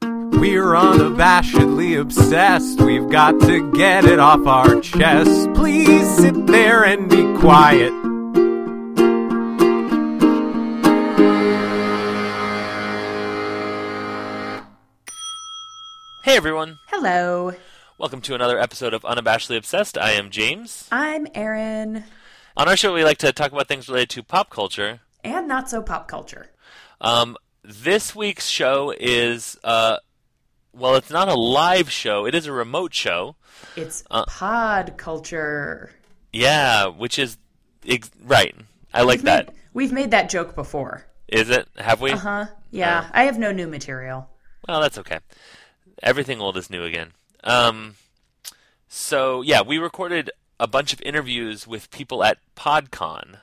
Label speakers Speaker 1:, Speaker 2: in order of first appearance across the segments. Speaker 1: We're unabashedly obsessed. We've got to get it off our chest. Please sit there and be quiet.
Speaker 2: Hey everyone,
Speaker 3: Hello,
Speaker 2: welcome to another episode of Unabashedly Obsessed. I am James.
Speaker 3: I'm Erin,
Speaker 2: On our show, we like to talk about things related to pop culture.
Speaker 3: and not so pop culture.
Speaker 2: Um, this week's show is, uh, well, it's not a live show, it is a remote show. Uh,
Speaker 3: It's pod culture.
Speaker 2: Yeah, which is, ex- right. I like
Speaker 3: We've made-
Speaker 2: that.
Speaker 3: we've made that joke before.
Speaker 2: Is it? Have we?
Speaker 3: Huh? Yeah, I have no new material.
Speaker 2: Well, that's okay. Everything old is new again. Um, so yeah, we recorded a bunch of interviews with people at PodCon.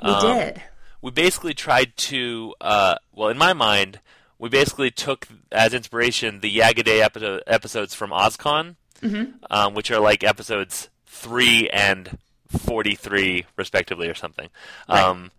Speaker 2: Um,
Speaker 3: We did.
Speaker 2: we basically tried to, uh, well, in my mind, we basically took as inspiration the Yagaday epi- episodes from OzCon, um, which are like episodes three and forty-three, respectively, or something, um,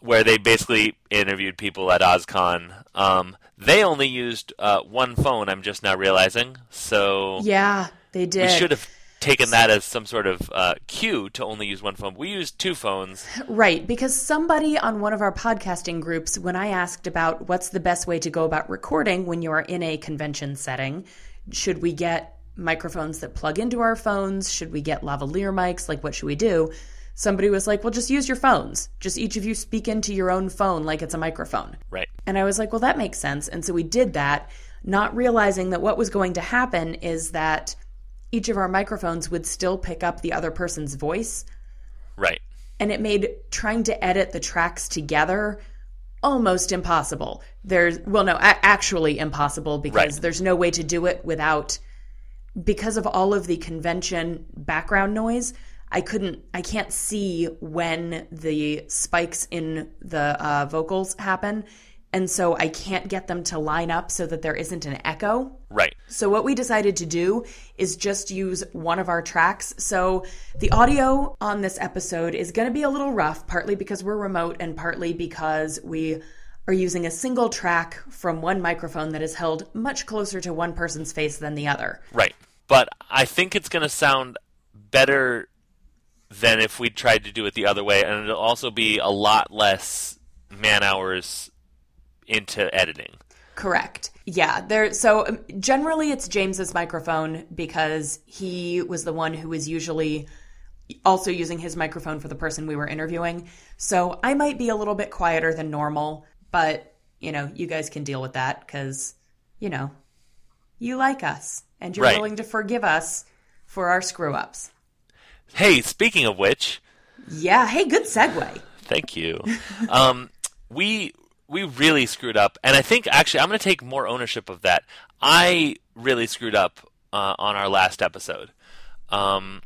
Speaker 2: where they basically interviewed people at OzCon. Um, they only used uh, one phone. I'm just now realizing, so
Speaker 3: Yeah, they did.
Speaker 2: we should have taken that as some sort of uh, cue to only use one phone. We used two phones.
Speaker 3: Right, because somebody on one of our podcasting groups, when I asked about what's the best way to go about recording when you are in a convention setting, should we get microphones that plug into our phones? Should we get lavalier mics? Like, what should we do? Somebody was like, well, just use your phones. Just each of you speak into your own phone like it's a microphone.
Speaker 2: Right.
Speaker 3: And I was like, well, that makes sense. And so we did that, not realizing that what was going to happen is that each of our microphones would still pick up the other person's voice
Speaker 2: Right.
Speaker 3: and it made trying to edit the tracks together almost impossible. There's well, no, a- actually impossible because
Speaker 2: Right.
Speaker 3: there's no way to do it without because of all of the convention background noise. I couldn't, I can't see when the spikes in the uh, vocals happen. And so I can't get them to line up so that there isn't an echo.
Speaker 2: Right.
Speaker 3: So what we decided to do is just use one of our tracks. So the audio on this episode is going to be a little rough, partly because we're remote and partly because we are using a single track from one microphone that is held much closer to one person's face than the other.
Speaker 2: Right. But I think it's going to sound better than if we tried to do it the other way, and it'll also be a lot less man hours into editing.
Speaker 3: Correct. Yeah, there so um, generally it's James's microphone because he was the one who was usually also using his microphone for the person we were interviewing. So I might be a little bit quieter than normal, but you know, you guys can deal with that cuz you know, you like us and you're
Speaker 2: Right.
Speaker 3: willing to forgive us for our screw-ups.
Speaker 2: Hey, speaking of which,
Speaker 3: Yeah, hey, good segue.
Speaker 2: thank you. um, we we really screwed up, and I think actually I'm going to take more ownership of that. I really screwed up uh, on our last episode, um,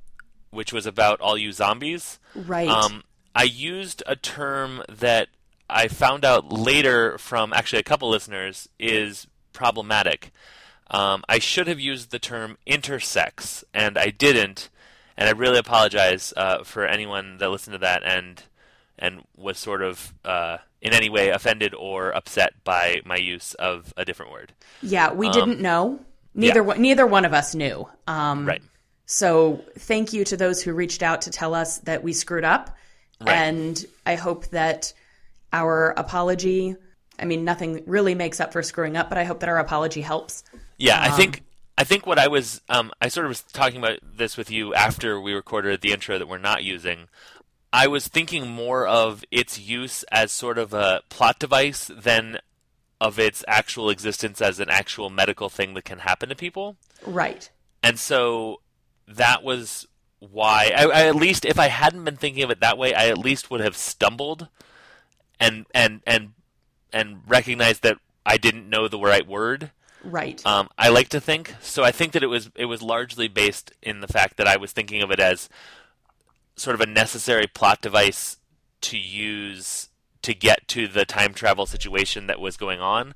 Speaker 2: which was about all you zombies.
Speaker 3: Right.
Speaker 2: Um, I used a term that I found out later from actually a couple listeners is problematic. Um, I should have used the term intersex, and I didn't, and I really apologize uh, for anyone that listened to that and and was sort of uh, in any way offended or upset by my use of a different word.
Speaker 3: yeah, we didn't know. Neither
Speaker 2: Um, yeah.
Speaker 3: one, neither one of us knew. Um
Speaker 2: Right.
Speaker 3: So thank you to those who reached out to tell us that we screwed up.
Speaker 2: Right.
Speaker 3: And I hope that our apology, I mean, nothing really makes up for screwing up, but I hope that our apology helps.
Speaker 2: Yeah, I think I think what I was um, I sort of was talking about this with you after we recorded the intro that we're not using. I was thinking more of its use as sort of a plot device than of its actual existence as an actual medical thing that can happen to people.
Speaker 3: Right.
Speaker 2: And so that was why I, I at least if I hadn't been thinking of it that way, I at least would have stumbled and and and and recognized that I didn't know the right word.
Speaker 3: Right.
Speaker 2: Um, I like to think so. I think that it was it was largely based in the fact that I was thinking of it as sort of a necessary plot device to use to get to the time travel situation that was going on.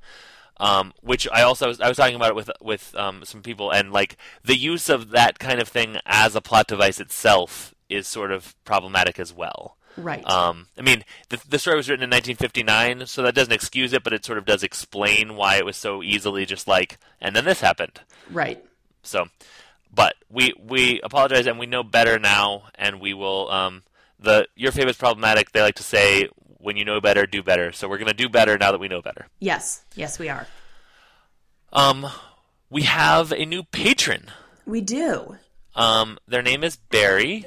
Speaker 2: Um, which I also was, I was talking about it with with um, some people, and like the use of that kind of thing as a plot device itself is sort of problematic as well.
Speaker 3: Right.
Speaker 2: Um, I mean, the, the story was written in 1959, so that doesn't excuse it, but it sort of does explain why it was so easily just like, and then this happened.
Speaker 3: right.
Speaker 2: So, but we we apologize and we know better now, and we will. Um, the your favorite problematic. They like to say, when you know better, do better. So we're gonna do better now that we know better.
Speaker 3: Yes. Yes, we are.
Speaker 2: Um, we have a new patron.
Speaker 3: We do.
Speaker 2: Um, their name is Barry,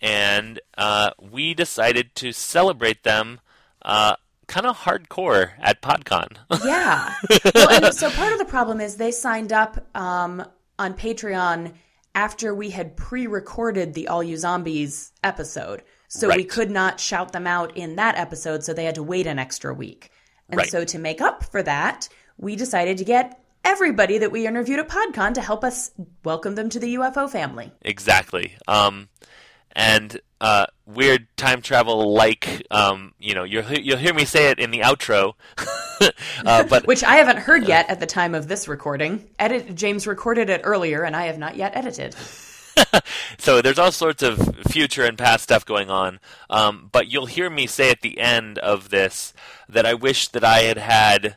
Speaker 2: and uh, we decided to celebrate them. Uh, kind of hardcore at PodCon.
Speaker 3: Yeah. well, and so part of the problem is they signed up um, on Patreon after we had pre-recorded the All You Zombies episode, so we
Speaker 2: Right.
Speaker 3: could not shout them out in that episode, so they had to wait an extra week. And
Speaker 2: Right.
Speaker 3: so to make up for that, we decided to get everybody that we interviewed at PodCon to help us welcome them to the UFO family.
Speaker 2: Exactly. Um, and uh, weird time travel like um, you know you'll he- you'll hear me say it in the outro, uh, but
Speaker 3: Which I haven't heard yet at the time of this recording. Edit James recorded it earlier, and I have not yet edited.
Speaker 2: so there's all sorts of future and past stuff going on. Um, but you'll hear me say at the end of this that I wish that I had had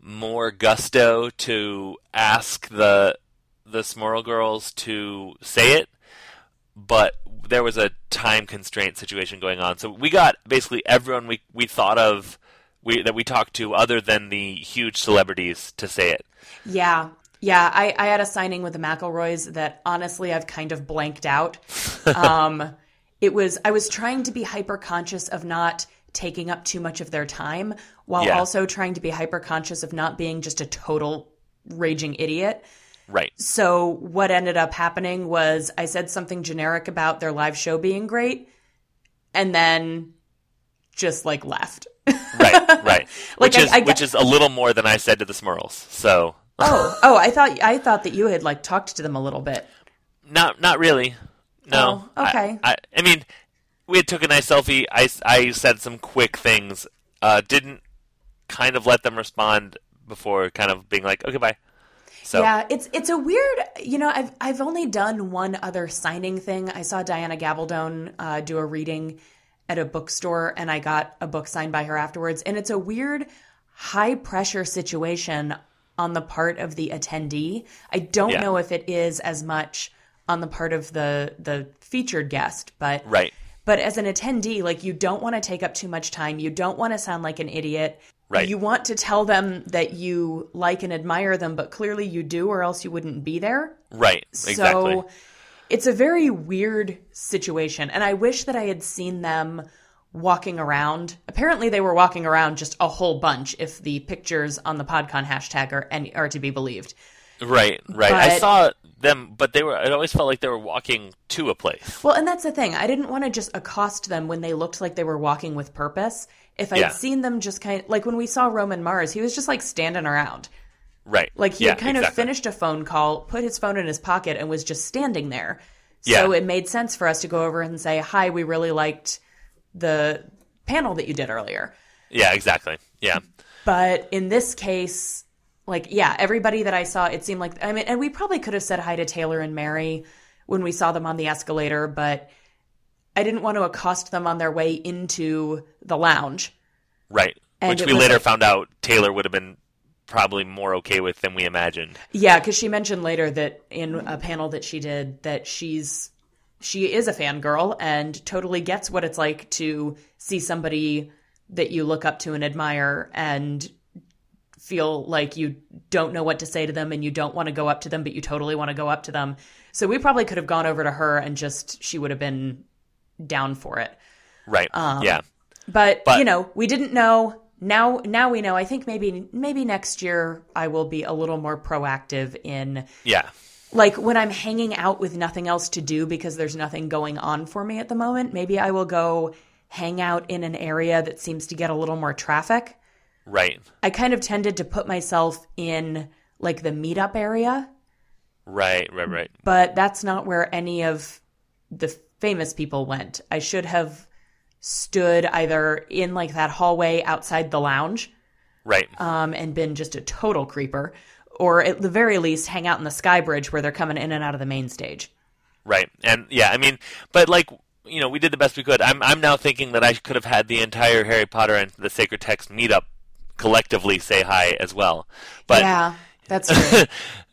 Speaker 2: more gusto to ask the the Smorl girls to say it, but there was a time constraint situation going on. So we got basically everyone we we thought of. We, that we talked to other than the huge celebrities to say it.
Speaker 3: Yeah. Yeah. I, I had a signing with the McElroys that honestly I've kind of blanked out. um, it was, I was trying to be hyper conscious of not taking up too much of their time while
Speaker 2: Yeah.
Speaker 3: also trying to be hyper conscious of not being just a total raging idiot.
Speaker 2: Right.
Speaker 3: So what ended up happening was I said something generic about their live show being great and then just like left.
Speaker 2: right, right.
Speaker 3: Like,
Speaker 2: which
Speaker 3: I-
Speaker 2: is
Speaker 3: I
Speaker 2: which
Speaker 3: get-
Speaker 2: is a little more than I said to the Smurls. So
Speaker 3: oh, oh, I thought I thought that you had like talked to them a little bit.
Speaker 2: not not really. No.
Speaker 3: Oh, okay.
Speaker 2: I, I, I mean, we had took a nice selfie. I, s- I said some quick things. Uh, didn't kind of let them respond before kind of being like, okay, bye. So
Speaker 3: Yeah, it's it's a weird. You know, I've I've only done one other signing thing. I saw Diana Gabaldon uh, do a reading at a bookstore, and I got a book signed by her afterwards. And it's a weird, high pressure situation on the part of the attendee. I don't
Speaker 2: Yeah.
Speaker 3: know if it is as much on the part of the the featured guest, but
Speaker 2: right,
Speaker 3: but as an attendee, like you don't want to take up too much time. You don't want to sound like an idiot.
Speaker 2: Right.
Speaker 3: You want to tell them that you like and admire them, but clearly you do, or else you wouldn't be there.
Speaker 2: right, exactly.
Speaker 3: So it's a very weird situation. And I wish that I had seen them walking around. Apparently they were walking around just a whole bunch if the pictures on the PodCon hashtag are any are to be believed.
Speaker 2: right, right. I
Speaker 3: but-
Speaker 2: saw them, but they were. It always felt like they were walking to a place.
Speaker 3: Well, and that's the thing. I didn't want to just accost them when they looked like they were walking with purpose. If I'd
Speaker 2: Yeah.
Speaker 3: seen them just kind like when we saw Roman Mars, he was just like standing around.
Speaker 2: Right.
Speaker 3: Like he
Speaker 2: yeah,
Speaker 3: had kind of
Speaker 2: exactly.
Speaker 3: finished a phone call, put his phone in his pocket, and was just standing there. So
Speaker 2: Yeah.
Speaker 3: it made sense for us to go over and say, Hi, we really liked the panel that you did earlier.
Speaker 2: Yeah, exactly. Yeah.
Speaker 3: But in this case, like, yeah, everybody that I saw, it seemed like, I mean, and we probably could have said hi to Taylor and Mary when we saw them on the escalator, but I didn't want to accost them on their way into the lounge.
Speaker 2: Right.
Speaker 3: And
Speaker 2: Which
Speaker 3: it
Speaker 2: we
Speaker 3: was
Speaker 2: later
Speaker 3: like-
Speaker 2: found out Taylor would have been probably more okay with than we imagined.
Speaker 3: Yeah, because she mentioned later that in a panel that she did that she's she is a fangirl and totally gets what it's like to see somebody that you look up to and admire and feel like you don't know what to say to them and you don't want to go up to them but you totally want to go up to them. So we probably could have gone over to her and just she would have been down for it.
Speaker 2: Right.
Speaker 4: Um,
Speaker 2: yeah.
Speaker 3: But,
Speaker 2: But-
Speaker 3: you know, we didn't know. Now now we know. I think maybe maybe next year I will be a little more proactive in
Speaker 2: Yeah.
Speaker 3: like when I'm hanging out with nothing else to do because there's nothing going on for me at the moment, maybe I will go hang out in an area that seems to get a little more traffic.
Speaker 2: Right.
Speaker 3: I kind of tended to put myself in like the meetup area,
Speaker 2: Right. Right. Right.
Speaker 3: but that's not where any of the famous people went. I should have stood either in like that hallway outside the lounge
Speaker 2: Right.
Speaker 3: um, and been just a total creeper, or at the very least, hang out in the sky bridge where they're coming in and out of the main stage.
Speaker 2: right. And yeah, I mean, but like you know, we did the best we could. I'm I'm now thinking that I could have had the entire Harry Potter and the Sacred Text meetup collectively say hi as well. But
Speaker 3: yeah, that's true.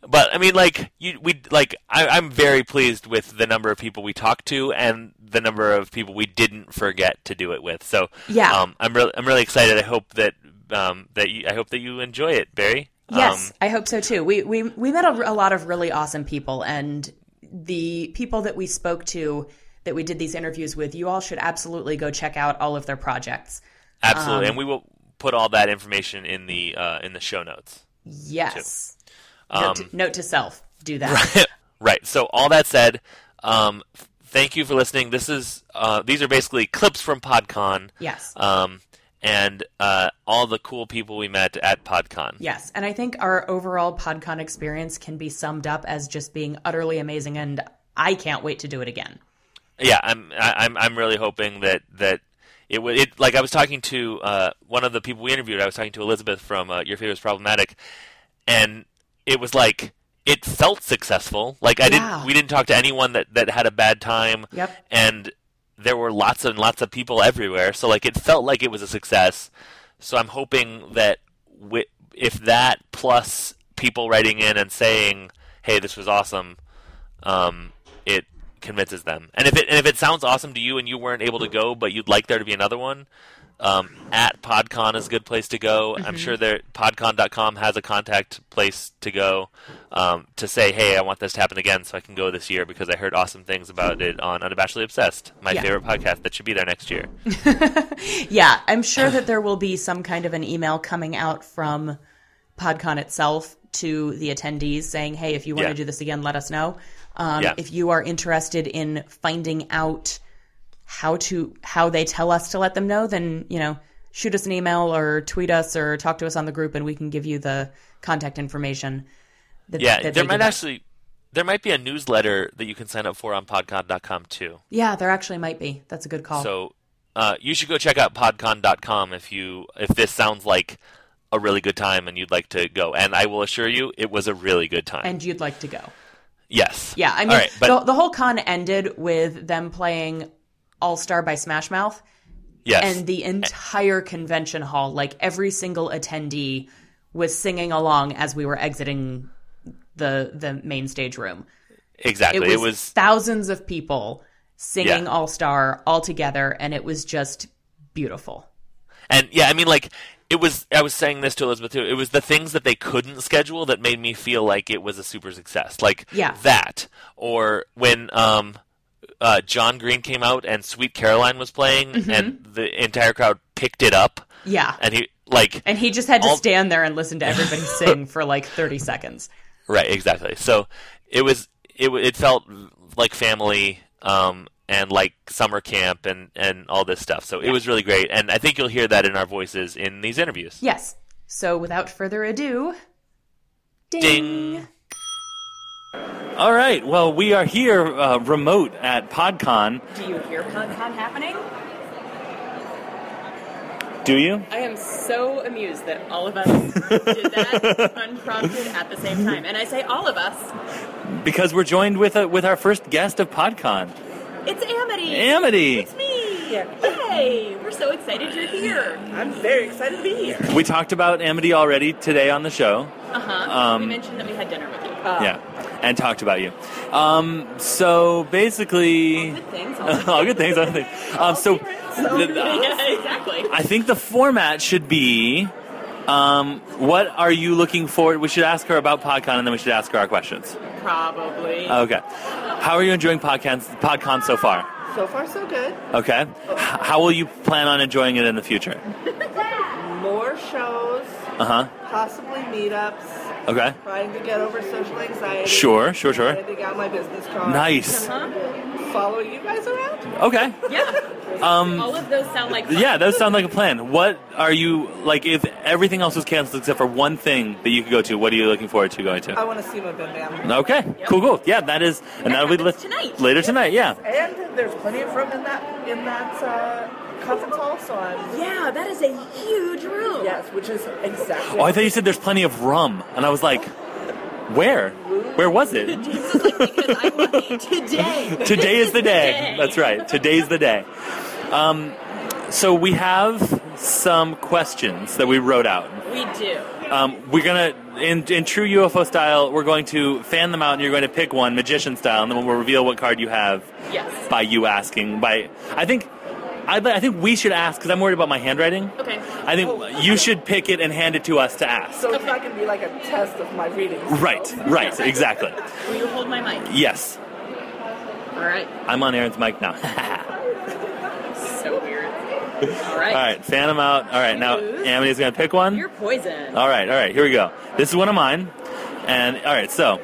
Speaker 2: but I mean, like you, we like I, I'm very pleased with the number of people we talked to and the number of people we didn't forget to do it with. So
Speaker 3: Yeah.
Speaker 2: um, I'm really I'm really excited. I hope that um, that you, I hope that you enjoy it, Barry.
Speaker 3: Yes,
Speaker 2: Um,
Speaker 3: I hope so too. We we we met a, a lot of really awesome people, and the people that we spoke to that we did these interviews with, you all should absolutely go check out all of their projects.
Speaker 2: absolutely,
Speaker 3: Um,
Speaker 2: and we will put all that information in the uh, in the show notes.
Speaker 3: Yes. note, to, note to self: do that.
Speaker 2: Um, right. So all that said, um, f- thank you for listening. This is uh, these are basically clips from PodCon.
Speaker 3: Yes.
Speaker 2: Um, and uh, all the cool people we met at PodCon.
Speaker 3: Yes, and I think our overall PodCon experience can be summed up as just being utterly amazing, and I can't wait to do it again.
Speaker 2: yeah i'm I, i'm i'm really hoping that that it would it like i was talking to uh one of the people we interviewed i was talking to elizabeth from uh, your favorite is problematic and it was like it felt successful like i
Speaker 3: Yeah.
Speaker 2: didn't we didn't talk to anyone that that had a bad time
Speaker 3: Yep.
Speaker 2: and there were lots and lots of people everywhere so like it felt like it was a success so i'm hoping that wi- if that plus people writing in and saying hey this was awesome um, it convinces them. And if it and if it sounds awesome to you and you weren't able to go, but you'd like there to be another one, um, at PodCon is a good place to go. I'm sure there PodCon.com has a contact place to go um, to say, hey, I want this to happen again, so I can go this year because I heard awesome things about it on Unabashedly Obsessed, my
Speaker 3: Yeah.
Speaker 2: favorite podcast that should be there next year.
Speaker 3: Yeah, I'm sure that there will be some kind of an email coming out from PodCon itself to the attendees saying, hey, if you want
Speaker 2: Yeah.
Speaker 3: to do this again, let us know. Um,
Speaker 2: Yeah.
Speaker 3: If you are interested in finding out how to how they tell us to let them know, then you know shoot us an email or tweet us or talk to us on the group, and we can give you the contact information. that-
Speaker 2: Yeah,
Speaker 3: that
Speaker 2: there
Speaker 3: they
Speaker 2: might
Speaker 3: give out.
Speaker 2: actually there might be a newsletter that you can sign up for on PodCon.com too.
Speaker 3: Yeah, there actually might be. That's a good call.
Speaker 2: So uh, you should go check out podcon.com if you if this sounds like a really good time and you'd like to go. And I will assure you, it was a really good time.
Speaker 3: and you'd like to go.
Speaker 2: yes.
Speaker 3: Yeah, I mean,
Speaker 2: All right, but
Speaker 3: the, the whole con ended with them playing All Star by Smash Mouth,
Speaker 2: yes,
Speaker 3: and the entire convention hall, like every single attendee, was singing along as we were exiting the the main stage room. It
Speaker 2: exactly.
Speaker 3: was,
Speaker 2: It was
Speaker 3: thousands of people singing
Speaker 2: Yeah.
Speaker 3: All Star all together, and it was just beautiful.
Speaker 2: And yeah, I mean, like it was. I was saying this to Elizabeth too. It was the things that they couldn't schedule that made me feel like it was a super success. Like
Speaker 3: Yeah.
Speaker 2: that, or when um, uh, John Green came out and Sweet Caroline was playing,
Speaker 3: Mm-hmm.
Speaker 2: and the entire crowd picked it up,
Speaker 3: Yeah.
Speaker 2: and he like
Speaker 3: And he just had to
Speaker 2: All-
Speaker 3: stand there and listen to everybody sing for like 30 seconds.
Speaker 2: Right, exactly. So it was it w- it felt like family um and like summer camp and and all this stuff. So it was really great and I think you'll hear that in our voices in these interviews.
Speaker 3: Yes. So without further ado, ding.
Speaker 2: Ding.
Speaker 4: All right. Well, we are here uh, remote at PodCon.
Speaker 3: Do you hear PodCon happening?
Speaker 4: Do you?
Speaker 3: I am so amused that all of us did that unprompted at the same time. And I say all of us.
Speaker 4: Because we're joined with uh, with our first guest of PodCon,
Speaker 5: It's Amity.
Speaker 4: Amity.
Speaker 5: It's me. Yay! We're so excited you're here. I'm very excited to be here.
Speaker 4: We talked about Amity already today on the show. Um,
Speaker 5: Uh
Speaker 3: Uh-huh.
Speaker 5: huh. we mentioned that we had dinner with you. Uh,
Speaker 4: Yeah, and talked about you. Um, so basically,
Speaker 5: Good things.
Speaker 4: all good things. All good things. Um, so the-
Speaker 5: yeah, exactly.
Speaker 4: I think the format should be. Um, what are you looking forward? We should ask her about PodCon, and then we should ask her our questions.
Speaker 5: Probably.
Speaker 4: Okay. How are you enjoying PodCon, PodCon so far?
Speaker 5: so far, so good.
Speaker 4: Okay. H- How will you plan on enjoying it in the future?
Speaker 6: more shows,
Speaker 4: Uh huh.
Speaker 6: possibly meetups,
Speaker 4: Okay.
Speaker 6: trying to get over social anxiety.
Speaker 4: Sure, sure, sure.
Speaker 6: Editing out my business card. Uh-huh.
Speaker 4: Nice.
Speaker 6: Follow you guys around?
Speaker 4: Okay.
Speaker 5: Yeah.
Speaker 4: Um,
Speaker 5: All of those sound like fun.
Speaker 4: Yeah, those sound like a plan. What are you like? If everything else was canceled except for one thing that you could go to, what are you looking forward to going
Speaker 6: I
Speaker 4: to?
Speaker 6: want to see my Bim Bam.
Speaker 4: Okay. Cool. Cool. Yeah, that is, and that'll be li-
Speaker 5: happens tonight.
Speaker 4: later tonight. Yeah.
Speaker 6: And there's plenty of room in that in that uh, conference hall, so I'm
Speaker 5: Yeah, that is a huge room.
Speaker 6: yes, which is exactly.
Speaker 2: Oh,
Speaker 4: Oh, I thought you said there's plenty of rum, and I was like,
Speaker 2: Where? Where was it?
Speaker 7: James is like, because I'm lucky today.
Speaker 2: Today is the day.
Speaker 7: day.
Speaker 2: That's right. Today's the day. Um, so we have some questions that we wrote out.
Speaker 7: We do.
Speaker 2: Um, we're gonna, in, in true UFO style, we're going to fan them out, and you're going to pick one, magician style, and then we'll reveal what card you have
Speaker 7: Yes.
Speaker 2: by you asking. By I think, I, I think we should ask because I'm worried about my handwriting.
Speaker 7: Okay.
Speaker 2: I think you should pick it and hand it to us to ask.
Speaker 6: So it's not going to be like a test of my reading.
Speaker 2: Right, right, exactly.
Speaker 7: Will you hold my mic?
Speaker 2: Yes,
Speaker 7: All right.
Speaker 2: I'm on Aaron's mic now.
Speaker 7: So weird. All right.
Speaker 2: All right, fan them out. All right, now Amity's gonna pick one.
Speaker 7: You're poison.
Speaker 2: All right, all right, here we go. This is one of mine. And all right, so.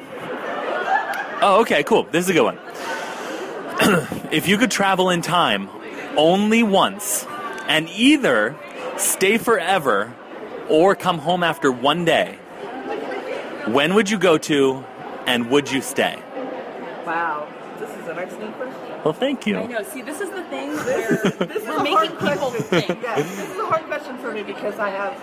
Speaker 2: Oh, okay, cool. This is a good one. if you could travel in time only once and either stay forever or come home after one day, when would you go to and would you stay?
Speaker 6: Wow. This is an excellent question.
Speaker 2: Well, thank
Speaker 7: I
Speaker 2: you.
Speaker 7: know. See, this is the thing
Speaker 6: This
Speaker 7: where
Speaker 6: is
Speaker 7: we're
Speaker 6: a hard
Speaker 7: making people
Speaker 6: question.
Speaker 7: think.
Speaker 6: Yes, this is a hard question for me because I have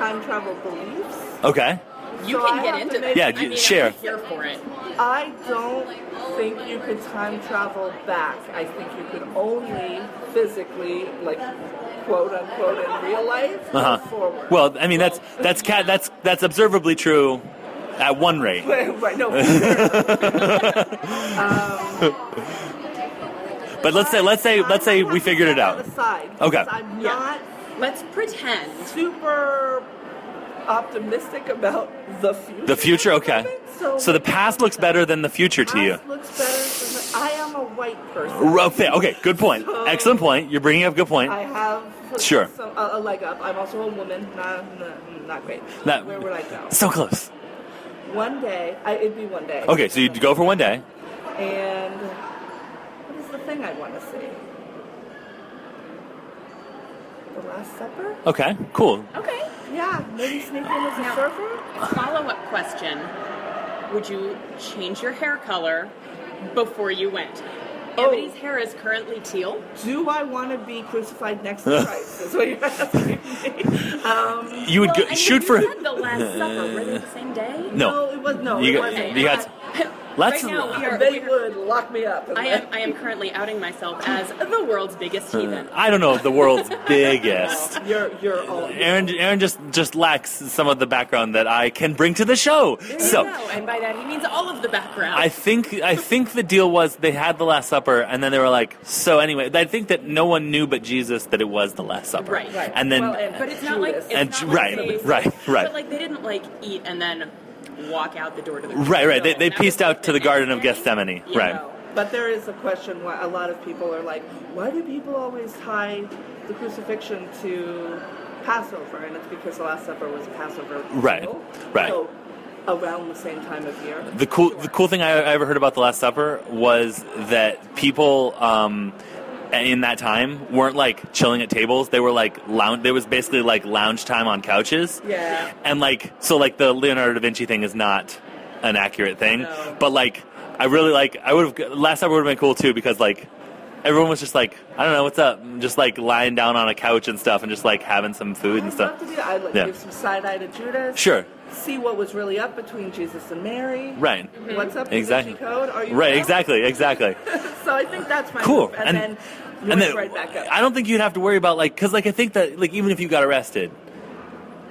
Speaker 6: time travel beliefs.
Speaker 2: Okay.
Speaker 7: You
Speaker 6: So I
Speaker 7: can get
Speaker 6: have
Speaker 7: into
Speaker 6: to
Speaker 7: this.
Speaker 6: make-
Speaker 2: Yeah,
Speaker 7: I
Speaker 2: you-
Speaker 7: mean, I'm
Speaker 2: share.
Speaker 7: here for it.
Speaker 6: I don't think you could time travel back. I think you could only physically, like, quote unquote, in real life, go
Speaker 2: Uh huh.
Speaker 6: forward.
Speaker 2: Well, I mean that's that's ca- that's that's observably true at one rate.
Speaker 6: right, no. for sure.
Speaker 2: Um, But let's say let's say let's say
Speaker 6: I'm gonna
Speaker 2: we
Speaker 6: have to
Speaker 2: figured it
Speaker 6: set
Speaker 2: out.
Speaker 6: that Aside,
Speaker 2: Okay.
Speaker 6: because I'm
Speaker 7: Yeah.
Speaker 6: not
Speaker 7: Let's pretend.
Speaker 6: super optimistic about the future.
Speaker 2: The future,
Speaker 6: of
Speaker 2: okay.
Speaker 6: it,
Speaker 2: So, the past looks better than the future to you.
Speaker 6: past looks better. Than the, I am a white person.
Speaker 2: Rough thing. Okay, good point.
Speaker 6: So-
Speaker 2: Excellent point. You're bringing up a good point.
Speaker 6: I have
Speaker 2: Sure.
Speaker 6: some, a, a leg up. I'm also a woman. Not, not, not great.
Speaker 2: That-
Speaker 6: Where would I go?
Speaker 2: So close.
Speaker 6: One day, I, it'd be one day.
Speaker 2: Okay, so you go for one day.
Speaker 6: And what is the thing I want to see? The Last Supper?
Speaker 2: Okay, cool.
Speaker 7: Okay.
Speaker 6: Yeah, maybe sneak in as a surfer.
Speaker 7: Follow up question Would you change your hair color before you went?
Speaker 6: Oh.
Speaker 7: Amity's hair is currently teal.
Speaker 6: Do I want to be crucified next to Christ? Is what you're asking me. Um,
Speaker 2: You would
Speaker 7: Well,
Speaker 2: go,
Speaker 7: I mean,
Speaker 2: shoot
Speaker 7: you
Speaker 2: for.
Speaker 7: said the Last Supper. Were they the same day?
Speaker 2: No.
Speaker 6: it was no.
Speaker 2: You
Speaker 6: it
Speaker 2: got-
Speaker 6: wasn't.
Speaker 2: you got- Let's-
Speaker 7: Right now, we are,
Speaker 6: They
Speaker 7: we are-
Speaker 6: would lock me up.
Speaker 7: I am I am currently outing myself as the world's biggest heathen.
Speaker 2: Uh, I don't know if the world's biggest.
Speaker 6: Oh, You're you're all.
Speaker 2: Aaron, Aaron just just lacks some of the background that I can bring to the show. So.
Speaker 7: You know, and by that he means all of the background.
Speaker 2: I think I think the deal was they had the Last Supper, and then they were like, so anyway. I think that no one knew but Jesus that it was the Last Supper,
Speaker 7: Right, right.
Speaker 2: And then
Speaker 6: Well, and-
Speaker 7: but it's not like it's
Speaker 2: And
Speaker 7: not
Speaker 2: ju-
Speaker 7: like
Speaker 2: right,
Speaker 7: they-
Speaker 2: right, right.
Speaker 7: But like they didn't like eat and then walk out the door to the
Speaker 2: Right, right. They,
Speaker 7: That
Speaker 2: they
Speaker 7: was,
Speaker 2: pieced
Speaker 7: like,
Speaker 2: out to the
Speaker 7: next
Speaker 2: Garden of
Speaker 7: day,
Speaker 2: Gethsemane.
Speaker 7: you
Speaker 2: Right.
Speaker 7: know.
Speaker 6: But there is a question why a lot of people are like, why do people always tie the crucifixion to Passover? And it's because the Last Supper was a Passover. meal.
Speaker 2: Right, right.
Speaker 6: So around the same time of year.
Speaker 2: The cool, the cool thing I, I ever heard about the Last Supper was that people um, in that time weren't like chilling at tables. They were like lounge. There was basically like lounge time on couches.
Speaker 6: Yeah.
Speaker 2: And like, so like the Leonardo da Vinci thing is not an accurate thing,
Speaker 6: No.
Speaker 2: but like, I really like. I would have Last Supper would have been cool too because like. Everyone was just like, I don't know, what's up? Just like lying down on a couch and stuff, and just like having some food and
Speaker 6: I'd
Speaker 2: stuff.
Speaker 6: love to do that. I'd like
Speaker 2: Yeah.
Speaker 6: give some side eye to Judas.
Speaker 2: Sure.
Speaker 6: See what was really up between Jesus and Mary. Mm-hmm.
Speaker 2: Right.
Speaker 6: What's up with
Speaker 2: Exactly.
Speaker 6: the Gucci code? Are you
Speaker 2: Right,
Speaker 6: down?
Speaker 2: exactly, exactly.
Speaker 6: So I think that's my
Speaker 2: Cool.
Speaker 6: move. And,
Speaker 2: And-
Speaker 6: then you went right back up.
Speaker 2: I don't think you'd have to worry about like because like I think that like even if you got arrested,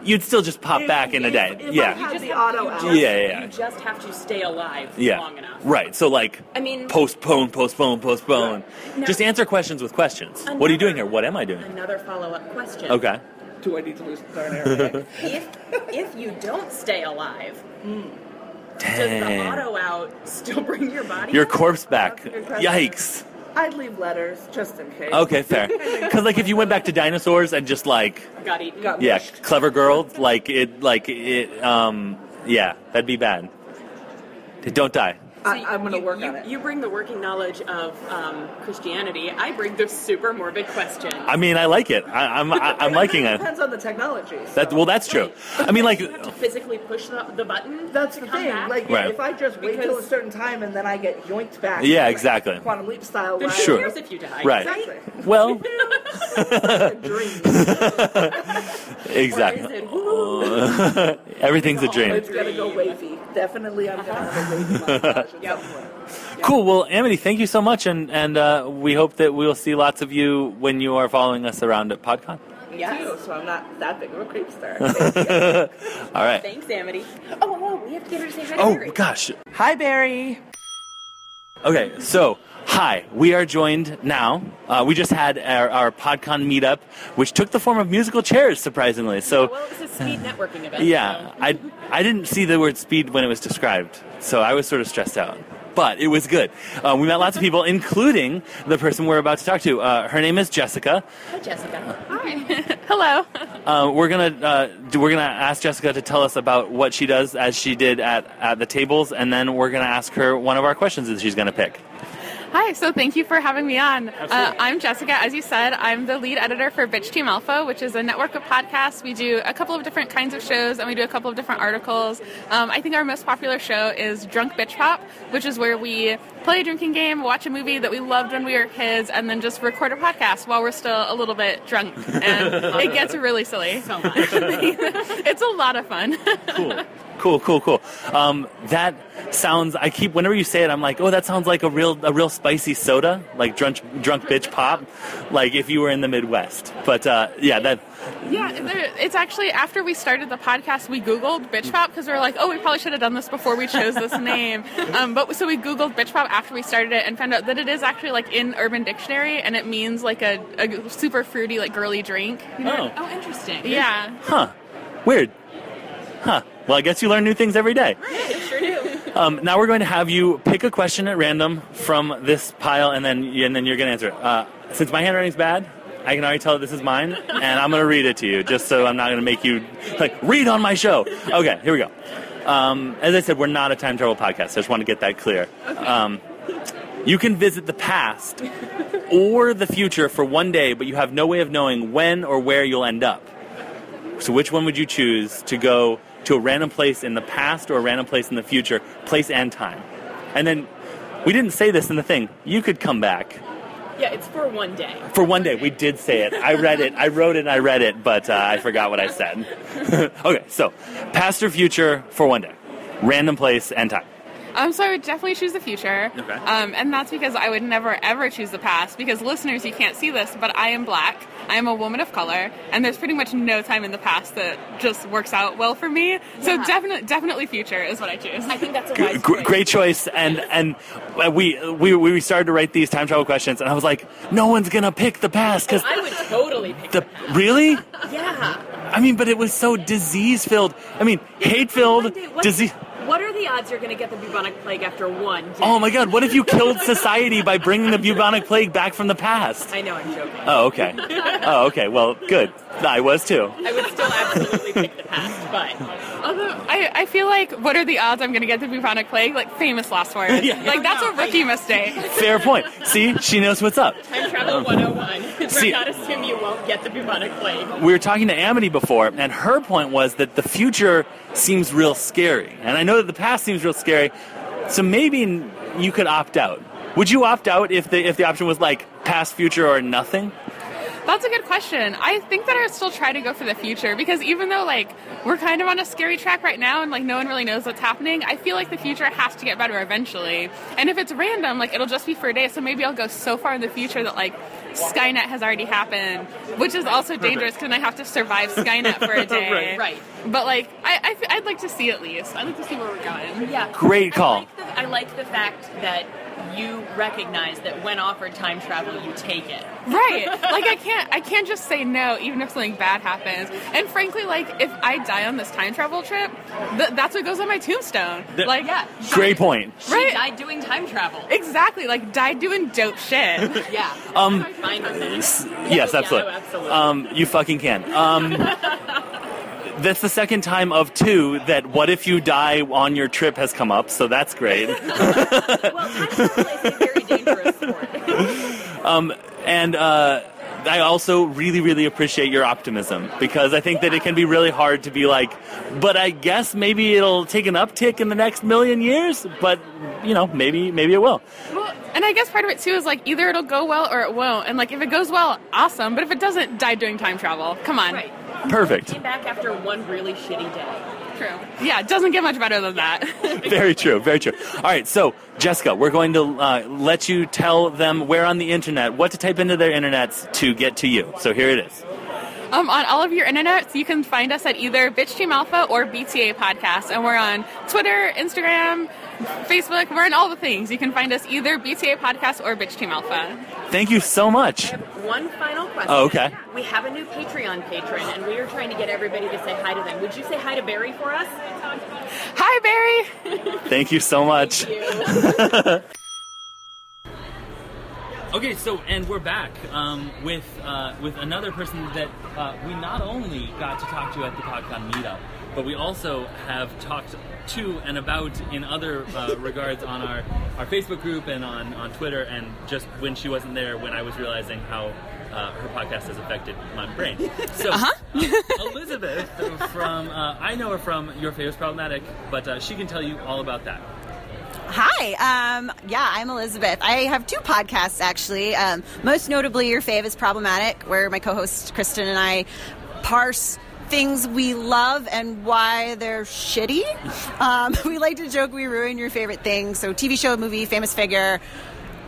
Speaker 2: you'd still just pop
Speaker 6: If-
Speaker 2: back in a
Speaker 6: if-
Speaker 2: day.
Speaker 6: if I
Speaker 2: yeah,
Speaker 6: had-
Speaker 7: You just
Speaker 6: the
Speaker 7: have-
Speaker 6: auto
Speaker 7: you
Speaker 6: out.
Speaker 7: just-
Speaker 2: Yeah, yeah, yeah.
Speaker 7: You just have to stay alive
Speaker 2: yeah.
Speaker 7: long enough.
Speaker 2: Right. So like,
Speaker 7: I mean-
Speaker 2: postpone, postpone, postpone.
Speaker 7: Now-
Speaker 2: just answer questions with questions. what are you doing here? What am I doing?
Speaker 7: Another follow up question.
Speaker 2: Okay.
Speaker 6: Do I need to lose the darn airbag?
Speaker 7: If if you don't stay alive, does the
Speaker 2: Dang.
Speaker 7: auto out still bring your body?
Speaker 2: Your
Speaker 7: up?
Speaker 2: corpse back.
Speaker 6: That's a good question.
Speaker 2: Yikes.
Speaker 6: I'd leave letters just in case.
Speaker 2: Okay, fair. Because like if you went back to dinosaurs and just like
Speaker 7: got eaten.
Speaker 6: Got
Speaker 2: yeah,
Speaker 6: mushed.
Speaker 2: clever girl, like it, like it, um, yeah, that'd be bad. Don't die.
Speaker 6: I, I'm going to
Speaker 7: You-
Speaker 6: work
Speaker 7: you,
Speaker 6: on it.
Speaker 7: You bring the working knowledge of um, Christianity. I bring the super morbid question.
Speaker 2: I mean, I like it. I, I'm, I, I'm liking it.
Speaker 6: Depends on the technology. so-
Speaker 2: That well, that's true. I mean, like,
Speaker 7: you have to physically push the, the button.
Speaker 6: That's
Speaker 7: to
Speaker 6: the
Speaker 7: come
Speaker 6: thing.
Speaker 7: back?
Speaker 6: Like,
Speaker 2: Right.
Speaker 6: if I just wait till a
Speaker 7: Because-
Speaker 6: certain time and then I get yoinked back.
Speaker 2: Yeah,
Speaker 6: like,
Speaker 2: exactly.
Speaker 6: Quantum leap style.
Speaker 7: there's
Speaker 6: where I
Speaker 2: Sure.
Speaker 7: years if you die.
Speaker 2: right?
Speaker 6: Exactly.
Speaker 2: Well,
Speaker 6: It's like a dream.
Speaker 7: Or is
Speaker 2: Exactly.
Speaker 7: it, woo,
Speaker 2: Everything's a dream.
Speaker 6: It's gonna go wavy. Definitely, I'm gonna
Speaker 7: Uh-huh.
Speaker 6: have a wavy mustache at some point.
Speaker 2: Cool. Well, Amity, thank you so much, and and uh, we hope that we'll see lots of you when you are following us around at PodCon.
Speaker 6: Too,
Speaker 7: yes.
Speaker 6: so I'm not that big of a creepster.
Speaker 2: All right.
Speaker 7: Thanks, Amity. Oh, oh, oh, we have to get her to say hi to
Speaker 2: Oh
Speaker 7: Barry.
Speaker 2: gosh.
Speaker 6: Hi, Barry.
Speaker 2: Okay. So. Hi, we are joined now. Uh, we just had our, our PodCon meetup, which took the form of musical chairs, surprisingly. So,
Speaker 7: Well, it was a speed networking event.
Speaker 2: Yeah,
Speaker 7: so-
Speaker 2: I, I didn't see the word speed when it was described, so I was sort of stressed out. But it was good. Um, we met lots of people, including the person we're about to talk to. Uh, her name is Jessica.
Speaker 7: Hi, Jessica.
Speaker 8: Hello.
Speaker 2: Uh, we're gonna uh, do, we're gonna ask Jessica to tell us about what she does, as she did at, at the tables, and then we're gonna ask her one of our questions that she's gonna pick.
Speaker 8: Hi. So thank you for having me on. Uh, I'm Jessica. As you said, I'm the lead editor for Bitch Team Alpha, which is a network of podcasts. We do a couple of different kinds of shows, and we do a couple of different articles. Um, I think our most popular show is Drunk Bitch Pop, which is where we play a drinking game, watch a movie that we loved when we were kids, and then just record a podcast while we're still a little bit drunk. And it gets really silly.
Speaker 7: So much.
Speaker 8: it's a lot of fun.
Speaker 2: Cool. Cool, cool, cool. Um, that sounds. I keep whenever you say it, I'm like, oh, that sounds like a real, a real spicy soda, like drunk, drunk bitch pop, like if you were in the Midwest. But uh, yeah, that.
Speaker 8: Yeah, there, it's actually after we started the podcast, we Googled Bitch Pop because we were like, oh, we probably should have done this before we chose this name. Um, but so we Googled Bitch Pop after we started it and found out that it is actually like in Urban Dictionary and it means like a, a super fruity, like girly drink.
Speaker 2: Oh,
Speaker 7: oh, interesting.
Speaker 8: Yeah.
Speaker 2: huh? Weird. Huh. Well, I guess you learn new things every day.
Speaker 7: Sure do.
Speaker 2: Um, now we're going to have you pick a question at random from this pile, and then and then you're going to answer it. Uh, since my handwriting's bad, I can already tell this is mine, and I'm going to read it to you, just so I'm not going to make you like read on my show. Okay, here we go. Um, as I said, we're not a time travel podcast. I just want to get that clear. Um, you can visit the past or the future for one day, but you have no way of knowing when or where you'll end up. So, which one would you choose to go to a random place in the past or a random place in the future, place and time? And then we didn't say this in the thing. You could come back
Speaker 7: Yeah, it's for one day.
Speaker 2: for one day. We did say it. I read it. I wrote it. and I read it, but uh, I forgot what I said. okay, so past or future for one day, random place and time.
Speaker 8: Um, so I would definitely choose the future.
Speaker 2: Okay.
Speaker 8: Um, and that's because I would never ever choose the past because listeners, you can't see this, but I am black. I am a woman of color, and there's pretty much no time in the past that just works out well for me. So definitely, definitely future is what I choose.
Speaker 7: I think that's a
Speaker 2: G-
Speaker 7: wise
Speaker 2: gr- great choice, and and uh, we we we started to write these time travel questions, and I was like, no one's gonna pick the past because
Speaker 7: I would totally pick
Speaker 2: the really.
Speaker 7: Yeah.
Speaker 2: I mean, but it was so disease filled. I mean,
Speaker 7: One
Speaker 2: hate filled,
Speaker 7: day, what,
Speaker 2: disease.
Speaker 7: what are the odds you're going to get the bubonic plague after one day?
Speaker 2: Oh my god, what if you killed society by bringing the bubonic plague back from the past?
Speaker 7: I know I'm joking.
Speaker 2: Oh, okay. Oh, okay. Well, good. I was too.
Speaker 7: I would still absolutely pick the past, but
Speaker 8: Although I, I feel like, what are the odds I'm going to get the bubonic plague? Like famous last words.
Speaker 2: Yeah.
Speaker 8: Like that's a rookie mistake.
Speaker 2: Fair point. See, she knows what's up.
Speaker 7: time travel 101.
Speaker 2: See-
Speaker 7: We're not assume you won't get the bubonic plague.
Speaker 2: We were talking to Amity before, and her point was that the future seems real scary. And I know that the past seems real scary, so maybe you could opt out. Would you opt out if the if the option was like past, future, or nothing?
Speaker 8: That's a good question. I think that I would still try to go for the future because even though like we're kind of on a scary track right now and like no one really knows what's happening, I feel like the future has to get better eventually. And if it's random, like it'll just be for a day, so maybe I'll go so far in the future that like Skynet has already happened, which is also dangerous because I have to survive Skynet for a day.
Speaker 2: Right.
Speaker 7: Right.
Speaker 8: But like I, I would like to see at least. I'd like to see where we're going.
Speaker 7: Yeah.
Speaker 2: Great call.
Speaker 7: I like, the, I like the fact that you recognize that when offered time travel, you take it.
Speaker 8: Right. Like I can't I can't just say no even if something bad happens. And frankly, like if I die on this time travel trip, th- that's what goes on my tombstone.
Speaker 2: That-
Speaker 8: like
Speaker 7: Yeah.
Speaker 2: Great point.
Speaker 7: She
Speaker 8: Right.
Speaker 7: died doing time travel.
Speaker 8: Exactly. Like died doing dope shit.
Speaker 7: Yeah.
Speaker 2: Um,
Speaker 7: Fine with that.
Speaker 2: Yes,
Speaker 7: Yeah,
Speaker 2: absolutely.
Speaker 7: no, absolutely.
Speaker 2: Um, you fucking can. Um, that's the second time of two that what if you die on your trip has come up, so that's great.
Speaker 7: well, time travel is a very dangerous sport.
Speaker 2: Um, And uh, I also really, really appreciate your optimism because I think that it can be really hard to be like, but I guess maybe it'll take an uptick in the next million years, but you know, maybe maybe it will.
Speaker 8: Well, and I guess part of it too is like either it'll go well or it won't. And like if it goes well, awesome. But if it doesn't, die doing time travel. Come on.
Speaker 7: Right.
Speaker 9: Perfect.
Speaker 10: Came back after one really shitty day.
Speaker 8: True. Yeah, it doesn't get much better than that.
Speaker 9: Very true. Very true. All right. So, Jessica, we're going to uh, let you tell them where on the internet, what to type into their internets to get to you. So here it is.
Speaker 8: um, on all of your internets, you can find us at either Bitch Team Alpha or BTA Podcast. And we're on Twitter, Instagram, Facebook. We're on all the things. You can find us either BTA Podcast or Bitch Team Alpha.
Speaker 9: Thank you so much.
Speaker 10: One final question.
Speaker 9: Oh, okay.
Speaker 10: We have a new Patreon patron, and we are trying to get everybody to say hi to them. Would you say hi to Barry for us?
Speaker 8: Hi, Barry.
Speaker 9: Thank you so much.
Speaker 2: Okay, so and we're back um, with uh, with another person that uh, we not only got to talk to at the PodCon meetup, but we also have talked to and about in other uh, regards on our, our Facebook group and on, on Twitter, and just when she wasn't there, when I was realizing how uh, her podcast has affected my brain. So
Speaker 4: Uh-huh.
Speaker 2: uh, Elizabeth from uh, I know her from Your Favorite's Problematic, but uh, she can tell you all about that.
Speaker 11: Hi, um, yeah, I'm Elizabeth. I have two podcasts actually. Um, most notably, Your Fave is Problematic, where my co host Kristen and I parse things we love and why they're shitty. Um, we like to joke we ruin your favorite thing. So, TV show, movie, famous figure.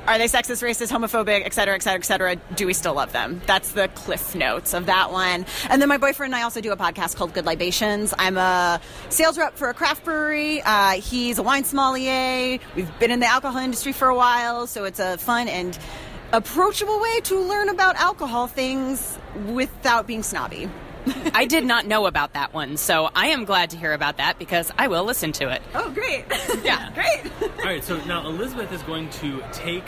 Speaker 11: Are they sexist, racist, homophobic, et cetera, et cetera, et cetera? Do we still love them? That's the cliff notes of that one. And then my boyfriend and I also do a podcast called Good Libations. I'm a sales rep for a craft brewery. Uh, he's a wine sommelier. We've been in the alcohol industry for a while, so it's a fun and approachable way to learn about alcohol things without being snobby.
Speaker 3: I did not know about that one, so I am glad to hear about that because I will listen to it.
Speaker 11: Oh, great. Yeah, great.
Speaker 2: All right, so now Elizabeth is going to take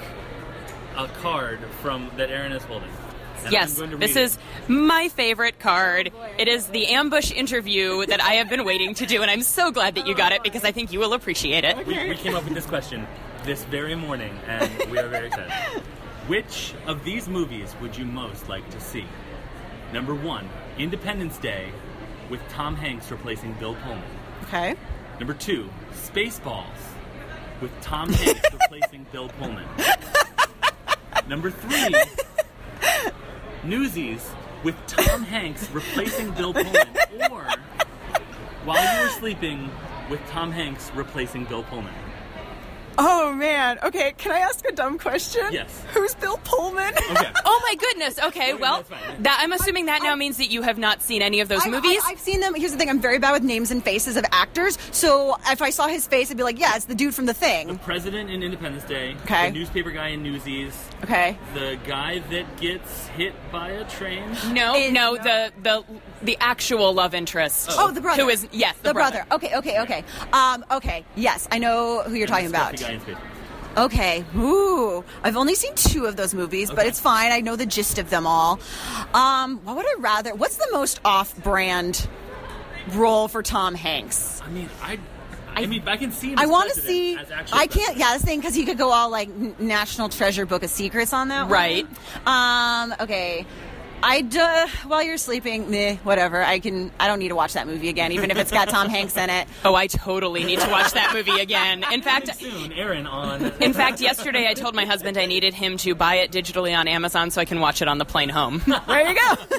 Speaker 2: a card from that Aaron is holding. And I'm
Speaker 3: Yes,
Speaker 2: going to
Speaker 3: this
Speaker 2: read it.
Speaker 3: is my favorite card. It is the ambush interview that I have been waiting to do, and I'm so glad that you got it because I think you will appreciate it.
Speaker 2: We, we came up with this question this very morning, and we are very excited. Which of these movies would you most like to see? Number one, Independence Day, with Tom Hanks replacing Bill Pullman.
Speaker 11: Okay.
Speaker 2: Number two, Spaceballs, with Tom Hanks replacing Bill Pullman. Number three, Newsies, with Tom Hanks replacing Bill Pullman, or While You Were Sleeping, with Tom Hanks replacing Bill Pullman.
Speaker 11: Oh, man. Okay, can I ask a dumb question?
Speaker 2: Yes.
Speaker 11: Who's Bill Pullman?
Speaker 2: Okay.
Speaker 3: Oh my goodness! Okay, well,
Speaker 2: that's fine.
Speaker 3: that, I'm assuming that now means that you have not seen any of those
Speaker 11: I-
Speaker 3: movies.
Speaker 11: I, have seen them. Here's the thing: I'm very bad with names and faces of actors. So if I saw his face, I'd be like, "Yeah, it's the dude from the thing."
Speaker 2: President in Independence Day.
Speaker 11: Okay.
Speaker 2: The newspaper guy in Newsies.
Speaker 11: Okay.
Speaker 2: The guy that gets hit by a train.
Speaker 3: no,
Speaker 11: Is-
Speaker 3: no, the the the actual love interest.
Speaker 11: Oh, the brother.
Speaker 3: Who is yes, the,
Speaker 11: The, brother. Okay. Okay. Okay. Um, okay. Yes, I know who you're talking
Speaker 2: That's
Speaker 11: about.
Speaker 2: The guy in space.
Speaker 11: Okay. Ooh, I've only seen two of those movies, but
Speaker 2: Okay.
Speaker 11: it's fine. I know the gist of them all. Um, what would I rather? What's the most off-brand role for Tom Hanks?
Speaker 2: I mean, I. I, mean, I can see. Him
Speaker 11: I
Speaker 2: as
Speaker 11: want to
Speaker 2: president,
Speaker 11: see.
Speaker 2: as actual
Speaker 11: I can't.
Speaker 2: president.
Speaker 11: Yeah, this thing because he could go all like n- National Treasure Book of Secrets on that. one.
Speaker 3: Right.
Speaker 11: Um. Okay. I uh, while you're sleeping, meh, whatever. I can. I don't need to watch that movie again, even if it's got Tom Hanks in it.
Speaker 3: Oh, I totally need to watch that movie again. In fact,
Speaker 2: Soon, Aaron on.
Speaker 3: In fact, yesterday I told my husband I needed him to buy it digitally on Amazon so I can watch it on the plane home.
Speaker 11: There you go.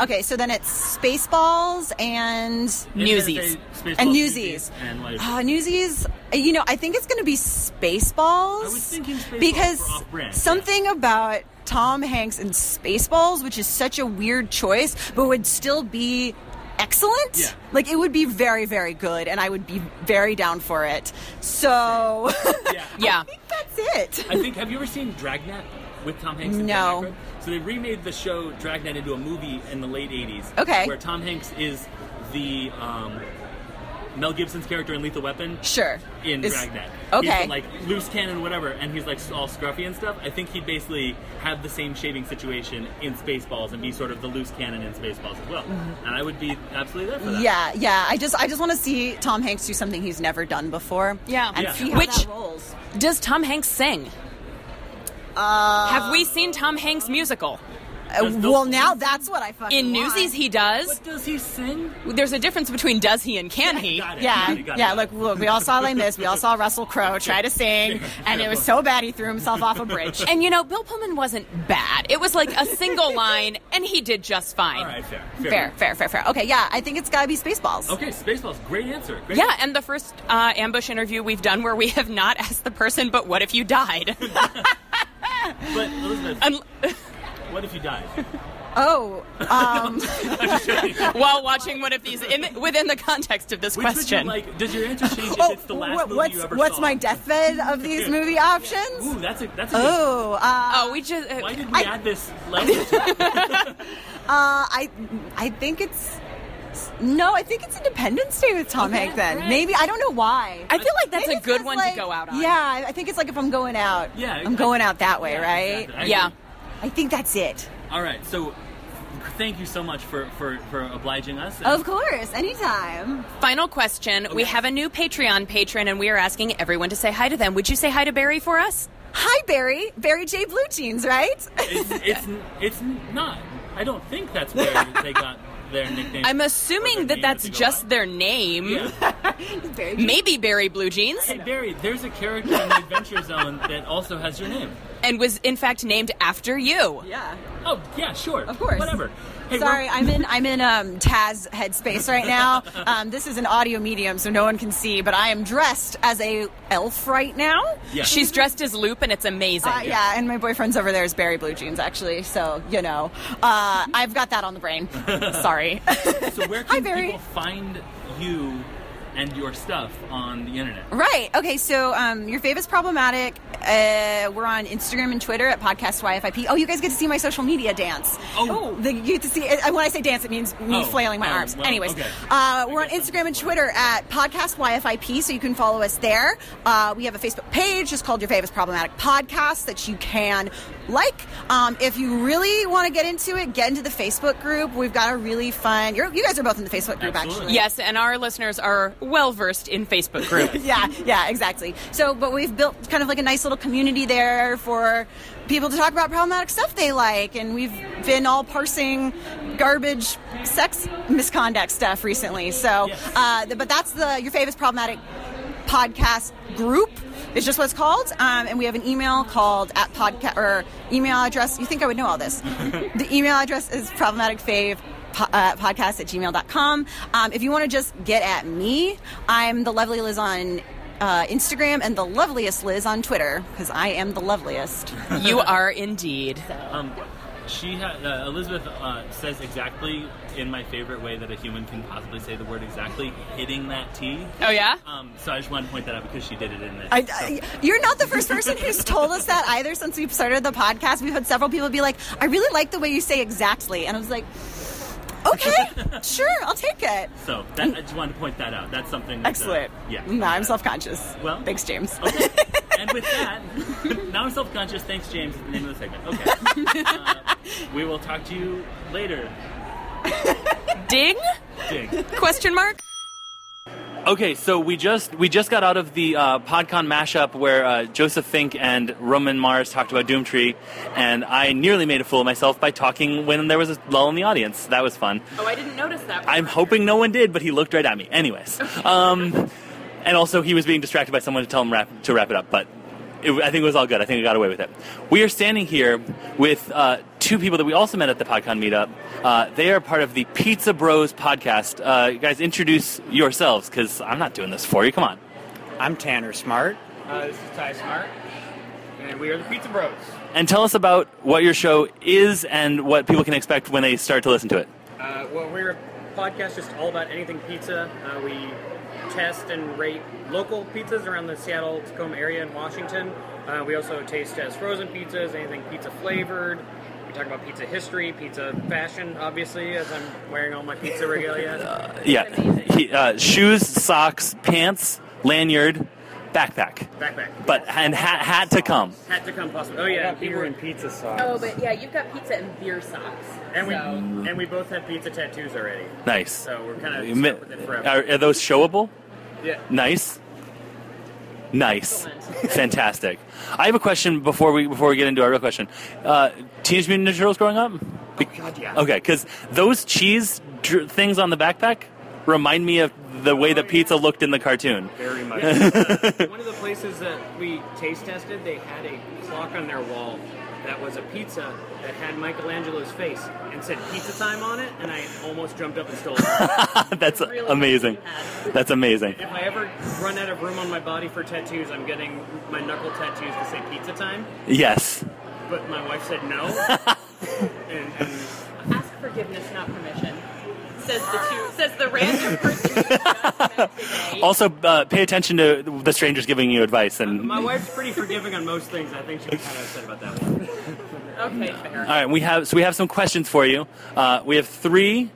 Speaker 11: okay, so then it's Spaceballs and
Speaker 3: Newsies.
Speaker 2: Spaceballs,
Speaker 11: And Newsies.
Speaker 2: And like,
Speaker 11: uh, Newsies. You know, I think it's going to be Spaceballs.
Speaker 2: I was thinking Spaceballs
Speaker 11: because
Speaker 2: for off-brand,
Speaker 11: something about Tom Hanks and Spaceballs, which is such a weird choice, but would still be excellent.
Speaker 2: Yeah.
Speaker 11: Like it would be very, very good, and I would be very down for it. So
Speaker 2: yeah.
Speaker 3: Yeah.
Speaker 11: I think that's it.
Speaker 2: I think. Have you ever seen Dragnet with Tom Hanks? And
Speaker 11: No.
Speaker 2: Dan Aykroyd? So they remade the show Dragnet into a movie in the late '80s.
Speaker 11: Okay.
Speaker 2: Where Tom Hanks is the um, Mel Gibson's character in Lethal Weapon.
Speaker 11: Sure.
Speaker 2: In
Speaker 11: Is-
Speaker 2: Dragnet. He's
Speaker 11: Okay.
Speaker 2: been, like loose cannon, whatever, and he's like all scruffy and stuff. I think he basically had the same shaving situation in Spaceballs and be sort of the loose cannon in Spaceballs as well. And I would be absolutely there for that.
Speaker 11: yeah, yeah. I just, I just want to see Tom Hanks do something he's never done before.
Speaker 3: Yeah.
Speaker 11: and
Speaker 2: Yeah.
Speaker 11: see how
Speaker 3: Which-
Speaker 11: that rolls.
Speaker 3: Does Tom Hanks sing? Have we seen Tom Hanks musical?
Speaker 11: Uh, well, now that's what I fucking
Speaker 12: In
Speaker 11: want.
Speaker 12: Newsies, he does.
Speaker 11: But
Speaker 13: does he sing?
Speaker 12: There's a difference between does he and can he.
Speaker 11: Yeah, yeah. Like look, we all saw Les Mis. We all saw Russell Crowe try to sing, and it was so bad he threw himself off a bridge.
Speaker 12: And you know, Bill Pullman wasn't bad. It was like a single line, and he did just fine. All
Speaker 13: right, fair,
Speaker 12: fair,
Speaker 13: fair.
Speaker 12: fair, fair, fair,
Speaker 11: Okay, yeah, I think it's gotta be Spaceballs.
Speaker 13: Okay, Spaceballs, great answer. Great
Speaker 12: Yeah, and the first uh, ambush interview we've done where we have not asked the person, but what if you died?
Speaker 13: But Elizabeth, what if you died?
Speaker 11: Oh, um,
Speaker 12: while watching one of these in, within the context of this
Speaker 13: Which would you
Speaker 12: question.
Speaker 13: like? Does your answer change if it's the last
Speaker 11: Oh, what-
Speaker 13: movie
Speaker 11: what's
Speaker 13: you ever
Speaker 11: what's
Speaker 13: saw?
Speaker 11: my deathbed of these movie options?
Speaker 13: Ooh, that's a that's a.
Speaker 11: Oh, uh,
Speaker 12: oh, we just. Uh,
Speaker 13: Why did we add this level? to-
Speaker 11: uh, I I think it's no, I think it's Independence Day with Tom Hanks. Then maybe I don't know why.
Speaker 12: I feel like that's
Speaker 11: Maybe
Speaker 12: a
Speaker 11: it's
Speaker 12: good
Speaker 11: 'cause,
Speaker 12: one
Speaker 11: like-
Speaker 12: to go out on.
Speaker 11: Yeah, I I think it's like if I'm going out,
Speaker 13: Yeah,
Speaker 11: I'm
Speaker 13: I-
Speaker 11: going out that way,
Speaker 13: Yeah,
Speaker 11: right?
Speaker 13: exactly. I
Speaker 12: Yeah.
Speaker 13: agree.
Speaker 11: I think that's it.
Speaker 13: All right, so thank you so much for for, for obliging us. And-
Speaker 11: Of course, anytime.
Speaker 12: Final question. We have a new Patreon patron, and we are asking everyone to say hi to them. Would you say hi to Barry for us?
Speaker 11: Hi, Barry. Barry J. Blue Jeans, right?
Speaker 13: it's, it's it's not. I don't think that's where they got their nickname.
Speaker 12: I'm
Speaker 13: or
Speaker 12: assuming
Speaker 13: their
Speaker 12: that
Speaker 13: name
Speaker 12: that's
Speaker 13: they go
Speaker 12: just
Speaker 13: by.
Speaker 12: their name.
Speaker 13: Yeah.
Speaker 11: Barry J.
Speaker 12: Maybe Barry Blue Jeans,
Speaker 13: Hey Barry, there's a character in the Adventure Zone that also has your name.
Speaker 12: and was in fact named after you.
Speaker 11: Yeah.
Speaker 13: Oh yeah, sure. Of
Speaker 11: course.
Speaker 13: Whatever. Hey,
Speaker 11: Sorry,
Speaker 13: we're-
Speaker 11: I'm in I'm in um, Taz headspace right now. Um, this is an audio medium, so no one can see, but I am dressed as a elf right now.
Speaker 13: Yeah.
Speaker 12: She's dressed as Loop, and it's amazing.
Speaker 11: Uh, yeah, and my boyfriend's over there is Barry Blue Jeans, actually. So you know, uh, I've got that on the brain. Sorry.
Speaker 13: so where
Speaker 11: Hi,
Speaker 13: can
Speaker 11: Barry.
Speaker 13: people find you and your stuff on the internet?
Speaker 11: Right. Okay. So um, your fave is problematic. Uh, we're on Instagram and Twitter at podcast YFIP. Oh, you guys get to see my social media dance.
Speaker 13: Oh.
Speaker 11: the, you get to see. uh, When I say dance, it means me
Speaker 13: Oh,
Speaker 11: flailing my
Speaker 13: oh,
Speaker 11: arms.
Speaker 13: well,
Speaker 11: Anyways,
Speaker 13: okay.
Speaker 11: uh, we're on Instagram and Twitter at podcast YFIP, so you can follow us there. Uh, we have a Facebook page just called Your Fave is Problematic Podcast that you can like. Um, if you really want to get into it, get into the Facebook group. We've got a really fun. You're, you guys are both in the Facebook group,
Speaker 13: Absolutely.
Speaker 11: actually.
Speaker 12: Yes, and our listeners are well versed in Facebook groups.
Speaker 11: yeah, yeah, exactly. So, but we've built kind of like a nice little community there for people to talk about problematic stuff they like, and we've been all parsing garbage sex misconduct stuff recently. So,
Speaker 13: Yes.
Speaker 11: uh, th- but that's the your favorite problematic podcast group is just what it's called um, and we have an email called at podcast or email address you think i would know all this the email address is problematicfave po- uh, podcast at gmail.com um, if you want to just get at me i'm the lovely liz on uh, instagram and the loveliest liz on twitter because i am the loveliest
Speaker 12: you are indeed.
Speaker 13: Um, she ha- uh, Elizabeth uh, says exactly in my favorite way that a human can possibly say the word exactly, hitting that T.
Speaker 12: Oh yeah.
Speaker 13: Um, so I just wanted to point that out because she did it in this.
Speaker 11: I,
Speaker 13: So-
Speaker 11: I- you're not the first person who's told us that either since we've started the podcast. We've had several people be like, I really like the way you say exactly. And I was like, okay, sure, I'll take it.
Speaker 13: so that, I just wanted to point that out. That's something. That's, uh,
Speaker 11: Excellent.
Speaker 13: yeah.
Speaker 11: No, I'm self conscious.
Speaker 13: Well-
Speaker 11: thanks, James.
Speaker 13: Okay. and with that, now I'm self-conscious. Thanks, James. Is the name of the segment. Okay. Uh, we will talk to you later.
Speaker 12: Ding?
Speaker 13: Dig.
Speaker 12: Question mark?
Speaker 2: Okay, so we just we just got out of the uh, PodCon mashup where uh, Joseph Fink and Roman Mars talked about Doomtree, and I nearly made a fool of myself by talking when there was a lull in the audience. That was fun.
Speaker 7: Oh, I didn't notice that.
Speaker 2: I'm hoping no one did, but he looked right at me. Anyways, um, and also he was being distracted by someone to tell him wrap, to wrap it up, but it, I think it was all good. I think I got away with it. We are standing here with uh, two people that we also met at the PodCon meetup. Uh, they are part of the Pizza Bros podcast. Uh, you guys, introduce yourselves because I'm not doing this for you. Come on.
Speaker 14: I'm Tanner Smart.
Speaker 4: Uh, this is Ty Smart, and we are the Pizza Bros.
Speaker 2: And tell us about what your show is and what people can expect when they start to listen to it.
Speaker 4: Uh, well, we're a podcast just all about anything pizza. Uh, we test and rate local pizzas around the Seattle, Tacoma area, and Washington. Uh, we also taste test frozen pizzas, anything pizza flavored. We talk about pizza history, pizza fashion, obviously, as I'm wearing all my pizza regalia.
Speaker 2: Yeah, he, uh, shoes, socks, pants, lanyard, backpack.
Speaker 4: Backpack.
Speaker 2: But and hat hat to come.
Speaker 4: Had to come possible. Oh yeah, we
Speaker 14: Beer
Speaker 4: were-
Speaker 14: and pizza sauce.
Speaker 7: Oh, but yeah, you've got pizza and beer socks.
Speaker 4: and we
Speaker 7: so-
Speaker 4: and we both have pizza tattoos already.
Speaker 2: Nice.
Speaker 4: So we're kind of
Speaker 2: Mi-
Speaker 4: stuck with it forever.
Speaker 2: Are, are those showable?
Speaker 4: yeah.
Speaker 2: Nice. Nice. Fantastic. I have a question before we before we get into our real question. Uh, Teenage Mutant Ninja Turtles growing up?
Speaker 4: Oh,
Speaker 2: Be- Okay, because those cheese dr- things on the backpack remind me of the way the pizza looked in the cartoon.
Speaker 4: Oh, Very much. One of the places that we taste tested, they had a clock on their wall that was a pizza that had Michelangelo's face and said pizza time on it, and I almost jumped up and stole it.
Speaker 2: That's
Speaker 4: Really
Speaker 2: amazing. That's amazing.
Speaker 4: If I ever run out of room on my body for tattoos, I'm getting my knuckle tattoos to say pizza time.
Speaker 2: Yes.
Speaker 4: But my wife said no. and, and
Speaker 7: Ask forgiveness, not permission. Says the two. Says the random person.
Speaker 2: Also, uh, pay attention to the strangers giving you advice. And
Speaker 4: Uh, my wife's pretty forgiving on most things. I think she was kind of upset about that one.
Speaker 7: Okay,
Speaker 2: All right, we have so we have some questions for you. Uh, we have three.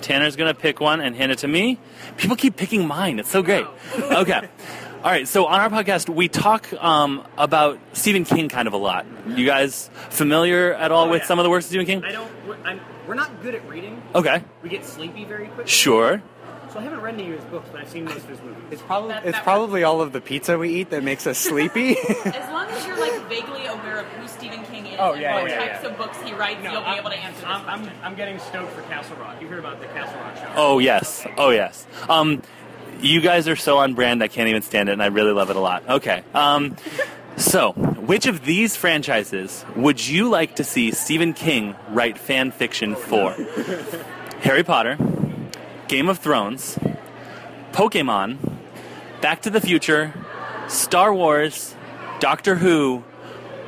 Speaker 2: Tanner's gonna pick one and hand it to me. People keep picking mine. It's so great. okay. All right. So on our podcast, we talk um, about Stephen King kind of a lot. You guys familiar at all with some of the works of Stephen King?
Speaker 4: Oh, I don't. We're, I'm, we're not good at reading.
Speaker 2: Okay.
Speaker 4: We get sleepy very quickly.
Speaker 2: Sure.
Speaker 4: So I haven't read any of his books, but I've seen most of his movies.
Speaker 7: It's probably
Speaker 4: it's
Speaker 7: that
Speaker 15: Probably all of the pizza we eat that makes us sleepy.
Speaker 7: As long as you're like vaguely aware of who Stephen King is
Speaker 15: Oh,
Speaker 7: and
Speaker 15: yeah,
Speaker 7: what
Speaker 15: yeah,
Speaker 7: types
Speaker 4: yeah.
Speaker 7: of books he writes,
Speaker 4: No,
Speaker 7: you'll be
Speaker 4: I'm-
Speaker 7: able to answer. This
Speaker 4: I'm, I'm, I'm getting stoked for Castle Rock. You heard about the Castle Rock show?
Speaker 2: Oh yes. Oh yes. Um, you guys are so on brand. I can't even stand it, and I really love it a lot. Okay. Um, so, which of these franchises would you like to see Stephen King write fan fiction for? Harry Potter, Game of Thrones, Pokemon, Back to the Future, Star Wars, Doctor Who,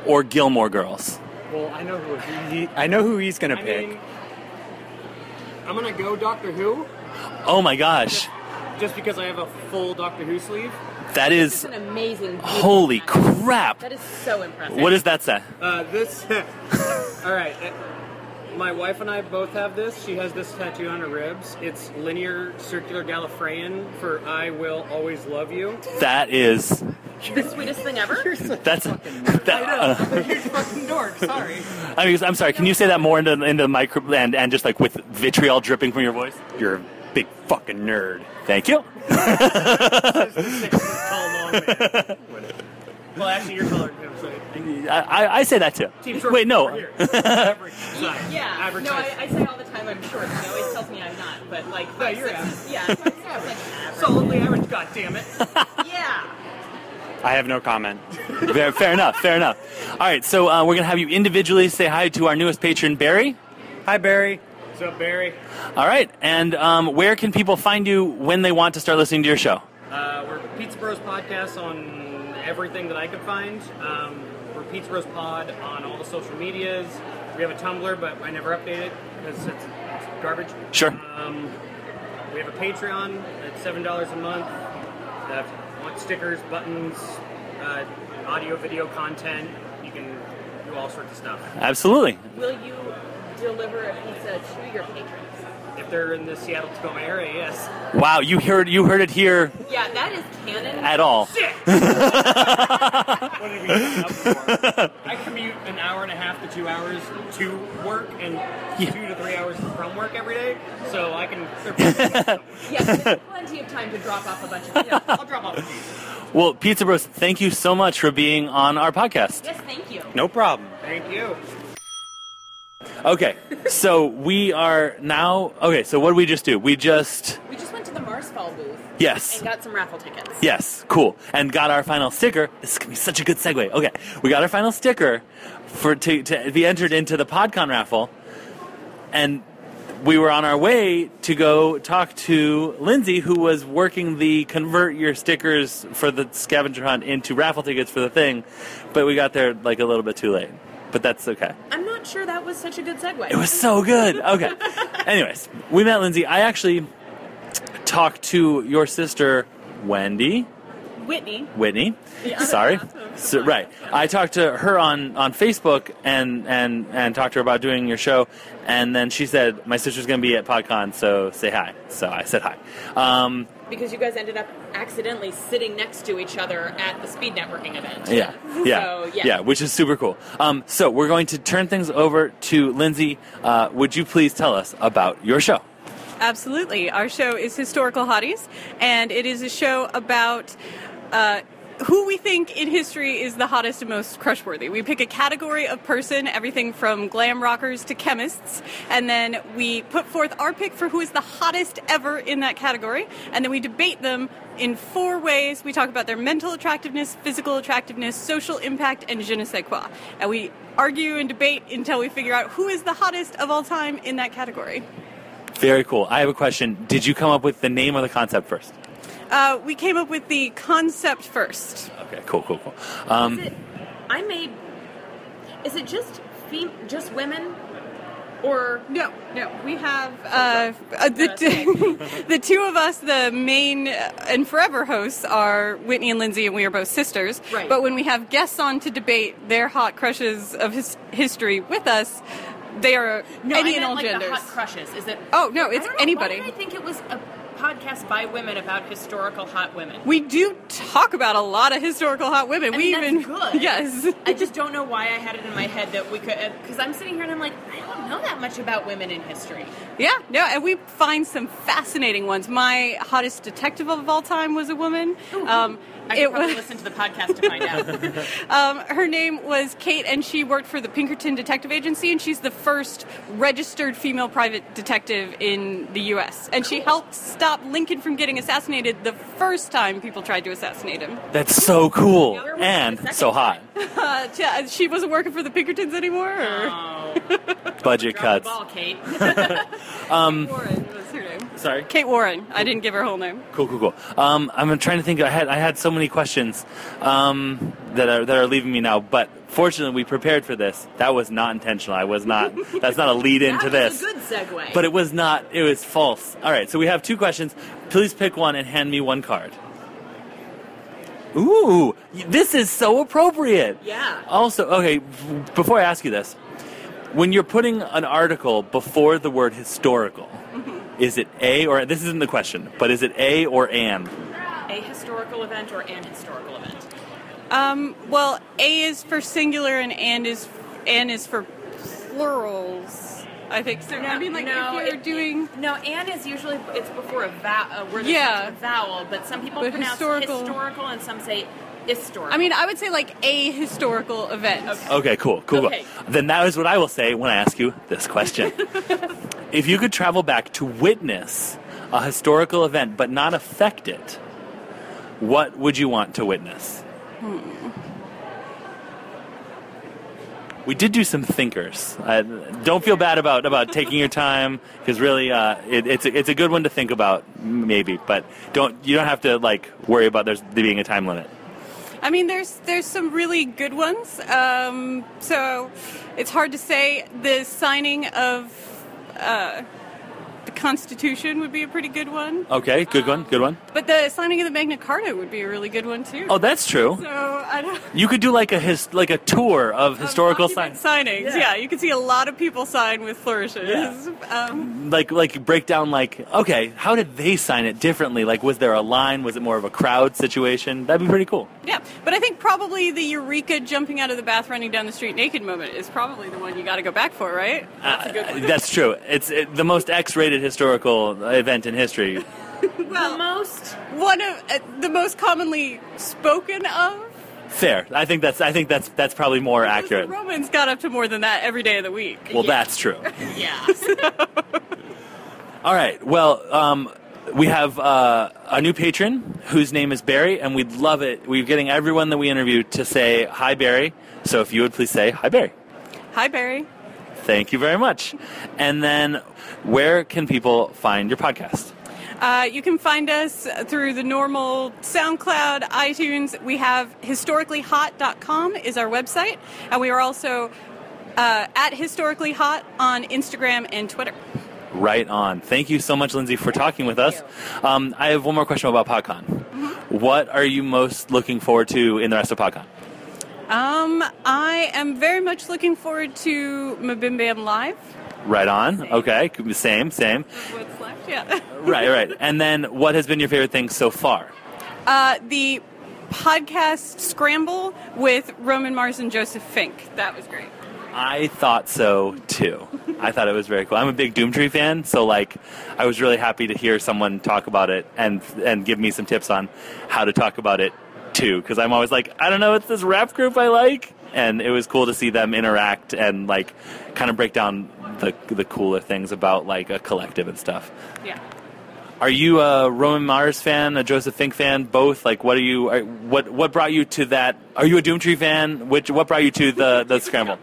Speaker 2: or Gilmore Girls?
Speaker 4: Well, I know who it is.
Speaker 15: I know who he's gonna
Speaker 4: I
Speaker 15: pick.
Speaker 4: mean, I'm gonna go Doctor Who,
Speaker 2: Oh my gosh,
Speaker 4: just because I have a full Doctor Who sleeve.
Speaker 2: that is
Speaker 7: amazing.
Speaker 2: holy crap!
Speaker 7: That is so impressive.
Speaker 2: What does that say?
Speaker 4: Uh, this. all right. uh, My wife and I both have this. She has this tattoo on her ribs. It's linear circular Gallifreyan for "I will always love you."
Speaker 2: That is
Speaker 7: The sweetest thing ever.
Speaker 2: That's that. uh,
Speaker 4: You're fucking dork. Sorry.
Speaker 2: I mean, I'm sorry. Can you say that more into, into the micro and, and just like with vitriol dripping from your voice? You're a big fucking nerd. Thank you.
Speaker 4: Well, actually, you're colored too. So
Speaker 2: I, I, I say that too. Wait, no.
Speaker 7: yeah. No, I, I say all the time I'm short. He always tells me I'm not, but like no, you're yeah, average.
Speaker 4: Oh, solidly average. God damn it.
Speaker 7: yeah.
Speaker 14: I have no comment.
Speaker 2: fair, fair enough. Fair enough. All right, so uh, we're gonna have you individually say hi to our newest patron, Barry. Hi, Barry.
Speaker 4: What's up, Barry?
Speaker 2: All right, and um, where can people find you when they want to start listening to your show?
Speaker 4: Uh, we're Pizza Bros Podcast on everything that I could find. Um, we're Pizza Bros Pod on all the social medias. We have a Tumblr, but I never update it because it's, it's garbage.
Speaker 2: Sure.
Speaker 4: Um, we have a Patreon at seven dollars a month. That want stickers, buttons, uh, audio, video content. You can do all sorts of stuff
Speaker 2: Absolutely.
Speaker 7: Will you deliver a pizza to your patrons?
Speaker 4: if they're in the Seattle Tacoma area. Yes.
Speaker 2: Wow, you heard you heard it here
Speaker 7: Yeah, that is canon.
Speaker 2: at all.
Speaker 4: What did we sign up for? I commute an hour and a half to two hours to work and two to three hours from work every day, so I can.
Speaker 7: yeah, there's plenty of time to drop off a bunch of. Yeah, I'll drop off.
Speaker 2: Well, Pizza Bros, thank you so much for being on our podcast.
Speaker 7: Yes, thank you.
Speaker 2: No problem.
Speaker 4: Thank you.
Speaker 2: Okay, so we are now. Okay, so what did we just do? We just.
Speaker 7: We just went to the Marsfall booth.
Speaker 2: Yes.
Speaker 7: And got some raffle tickets.
Speaker 2: Yes, cool. And got our final sticker. This is going to be such a good segue. Okay, we got our final sticker for to, to be entered into the PodCon raffle. And we were on our way to go talk to Lindsay, who was working the convert your stickers for the scavenger hunt into raffle tickets for the thing. But we got there like a little bit too late. But that's okay.
Speaker 7: I'm not sure that was such a good segue.
Speaker 2: It was so good. Okay. Anyways, we met Lindsay. I actually talked to your sister, Wendy.
Speaker 7: Whitney.
Speaker 2: Whitney.
Speaker 7: Yeah.
Speaker 2: Sorry. So, right. I talked to her on, on Facebook and, and, and talked to her about doing your show. And then she said, My sister's going to be at PodCon, so say hi. So I said hi. Um,
Speaker 7: Because you guys ended up accidentally sitting next to each other at the speed networking event.
Speaker 2: yeah. Yeah.
Speaker 7: So, yeah.
Speaker 2: Which is super cool. Um, so we're going to turn things over to Lindsay. Uh, would you please tell us about your show?
Speaker 16: Absolutely. Our show is Historical Hotties, and it is a show about uh, who we think in history is the hottest and most crush worthy. We pick a category of person, everything from glam rockers to chemists, and then we put forth our pick for who is the hottest ever in that category, and then we debate them in four ways. We talk about their mental attractiveness, physical attractiveness, social impact, and je ne sais quoi. And we argue and debate until we figure out who is the hottest of all time in that category.
Speaker 2: Very cool. I have a question. Did you come up with the name of the concept first?
Speaker 16: Uh, we came up with the concept first.
Speaker 2: Okay, cool, cool, cool. Um,
Speaker 7: Is it, I may. Is it just fem- just women, or
Speaker 16: no? No, we have uh, uh, the, t- the two of us, the main and forever hosts, are Whitney and Lindsay, and we are both sisters.
Speaker 7: Right.
Speaker 16: But when we have guests on to debate their hot crushes of his- history with us, they are
Speaker 7: no, I
Speaker 16: any and
Speaker 7: meant,
Speaker 16: all
Speaker 7: like
Speaker 16: genders.
Speaker 7: The hot crushes. Is it?
Speaker 16: Oh, no, it's
Speaker 7: I don't know,
Speaker 16: anybody.
Speaker 7: Why did I think it was a podcast by women about historical hot women.
Speaker 16: we do talk about a lot of historical hot women.
Speaker 7: I
Speaker 16: we
Speaker 7: mean, that's
Speaker 16: even
Speaker 7: good.
Speaker 16: yes.
Speaker 7: I just don't know why I had it in my head that we could because I'm sitting here and I'm like I don't know that much about women in history.
Speaker 16: Yeah, no, and we find some fascinating ones. My hottest detective of all time was a woman. Um,
Speaker 7: I could
Speaker 16: it
Speaker 7: probably
Speaker 16: was
Speaker 7: listen to the podcast to find out.
Speaker 16: um, her name was Kate, and she worked for the Pinkerton Detective Agency, and she's the first registered female private detective in the U.S. And she helped stop Lincoln from getting assassinated the first time people tried to assassinate him.
Speaker 2: that's so cool and so hot.
Speaker 16: Uh, yeah, she wasn't working for the Pinkertons anymore. Or?
Speaker 7: Oh,
Speaker 2: Budget cuts.
Speaker 7: Kate.
Speaker 2: Um,
Speaker 16: What's her name?
Speaker 2: Sorry.
Speaker 16: Kate Warren. I didn't give her whole name.
Speaker 2: Cool, cool, cool. Um, I'm trying to think. I had I had so many questions um, that are that are leaving me now. But fortunately, we prepared for this. That was not intentional. I was not. That's not a lead into
Speaker 7: That
Speaker 2: this.
Speaker 7: was a good segue.
Speaker 2: But it was not. It was false. All right. So we have two questions. Please pick one and hand me one card. Ooh, y- this is so appropriate.
Speaker 7: Yeah.
Speaker 2: Also, okay. f- Before I ask you this, when you're putting an article before the word historical, is it a or this isn't the question, but is it a or an?
Speaker 7: a historical event or an historical event.
Speaker 16: Um, well, a is for singular and and is and is for plurals. I think so. I mean, like
Speaker 7: no,
Speaker 16: if you're
Speaker 7: it-
Speaker 16: doing
Speaker 7: no, and is usually it's before a,
Speaker 3: uh,
Speaker 7: vow, a word that
Speaker 16: Yeah.
Speaker 7: starts with vowel, but some people
Speaker 16: But
Speaker 7: pronounce
Speaker 16: historical-
Speaker 7: historical and some say historical.
Speaker 16: I mean, I would say like a historical event.
Speaker 2: Okay, cool, cool,
Speaker 16: Okay.
Speaker 2: cool. Then that is what I will say when I ask you this question. if you could travel back to witness a historical event but not affect it, what would you want to witness?
Speaker 16: Hmm.
Speaker 2: We did do some thinkers. I, don't feel bad about, about taking your time because really, uh, it, it's a, it's a good one to think about, m- maybe. But don't you don't have to like worry about there's there being a time limit.
Speaker 16: I mean, there's there's some really good ones. Um, so it's hard to say. The signing of uh, the Constitution would be a pretty good one,
Speaker 2: Okay, good one, good one.
Speaker 16: but the signing of the Magna Carta would be a really good one too.
Speaker 2: Oh, that's true.
Speaker 16: So I don't.
Speaker 2: You could do like a his, like a tour of historical
Speaker 16: Document
Speaker 2: sites,
Speaker 16: signings. Yeah. you can see a lot of people sign with flourishes. Um,
Speaker 2: like like break down like okay, how did they sign it differently? Like was there a line? Was it more of a crowd situation? That'd be pretty cool.
Speaker 16: yeah, but I think probably the Eureka jumping out of the bath, running down the street naked moment is probably the one you got to go back for, right?
Speaker 2: That's a good one. That's true. It's it, the most X-rated historical event in history.
Speaker 16: well, the most one of uh, the most commonly spoken of.
Speaker 2: Fair. I think that's I think that's that's probably more accurate.
Speaker 16: Romans got up to more than that every day of the week.
Speaker 2: Well, that's true.
Speaker 16: yeah.
Speaker 2: All right. Well, um, we have uh, a new patron whose name is Barry, and we'd love it. We're getting everyone that we interview to say hi, Barry. So if you would please say hi, Barry.
Speaker 16: Hi, Barry.
Speaker 2: Thank you very much. And then, where can people find your podcast?
Speaker 16: Uh, you can find us through the normal SoundCloud, iTunes. We have historicallyhot.com is our website, and we are also uh, at historicallyhot on Instagram and Twitter.
Speaker 2: Right on. Thank you so much, Lindsay, for talking with us. Um, I have one more question about PodCon. What are you most looking forward to in the rest of PodCon?
Speaker 16: Um, I am very much looking forward to Mabim Bam Live.
Speaker 2: Right on. Okay. Same, same.
Speaker 16: What's left? Yeah.
Speaker 2: right, right. And then, what has been your favorite thing so far?
Speaker 16: Uh, the podcast Scramble with Roman Mars and Joseph Fink. That was great.
Speaker 2: I thought so too. I thought it was very cool. I'm a big Doomtree fan, so like, I was really happy to hear someone talk about it and and give me some tips on how to talk about it too because I'm always like, I don't know, it's this rap group I like, and it was cool to see them interact and like kind of break down the the cooler things about like a collective and stuff.
Speaker 16: Yeah.
Speaker 2: Are you a Roman Mars fan, a Joseph Fink fan, both? Like, what are you? Are, what what brought you to that? Are you a Doomtree fan? Which what brought you to the the scramble?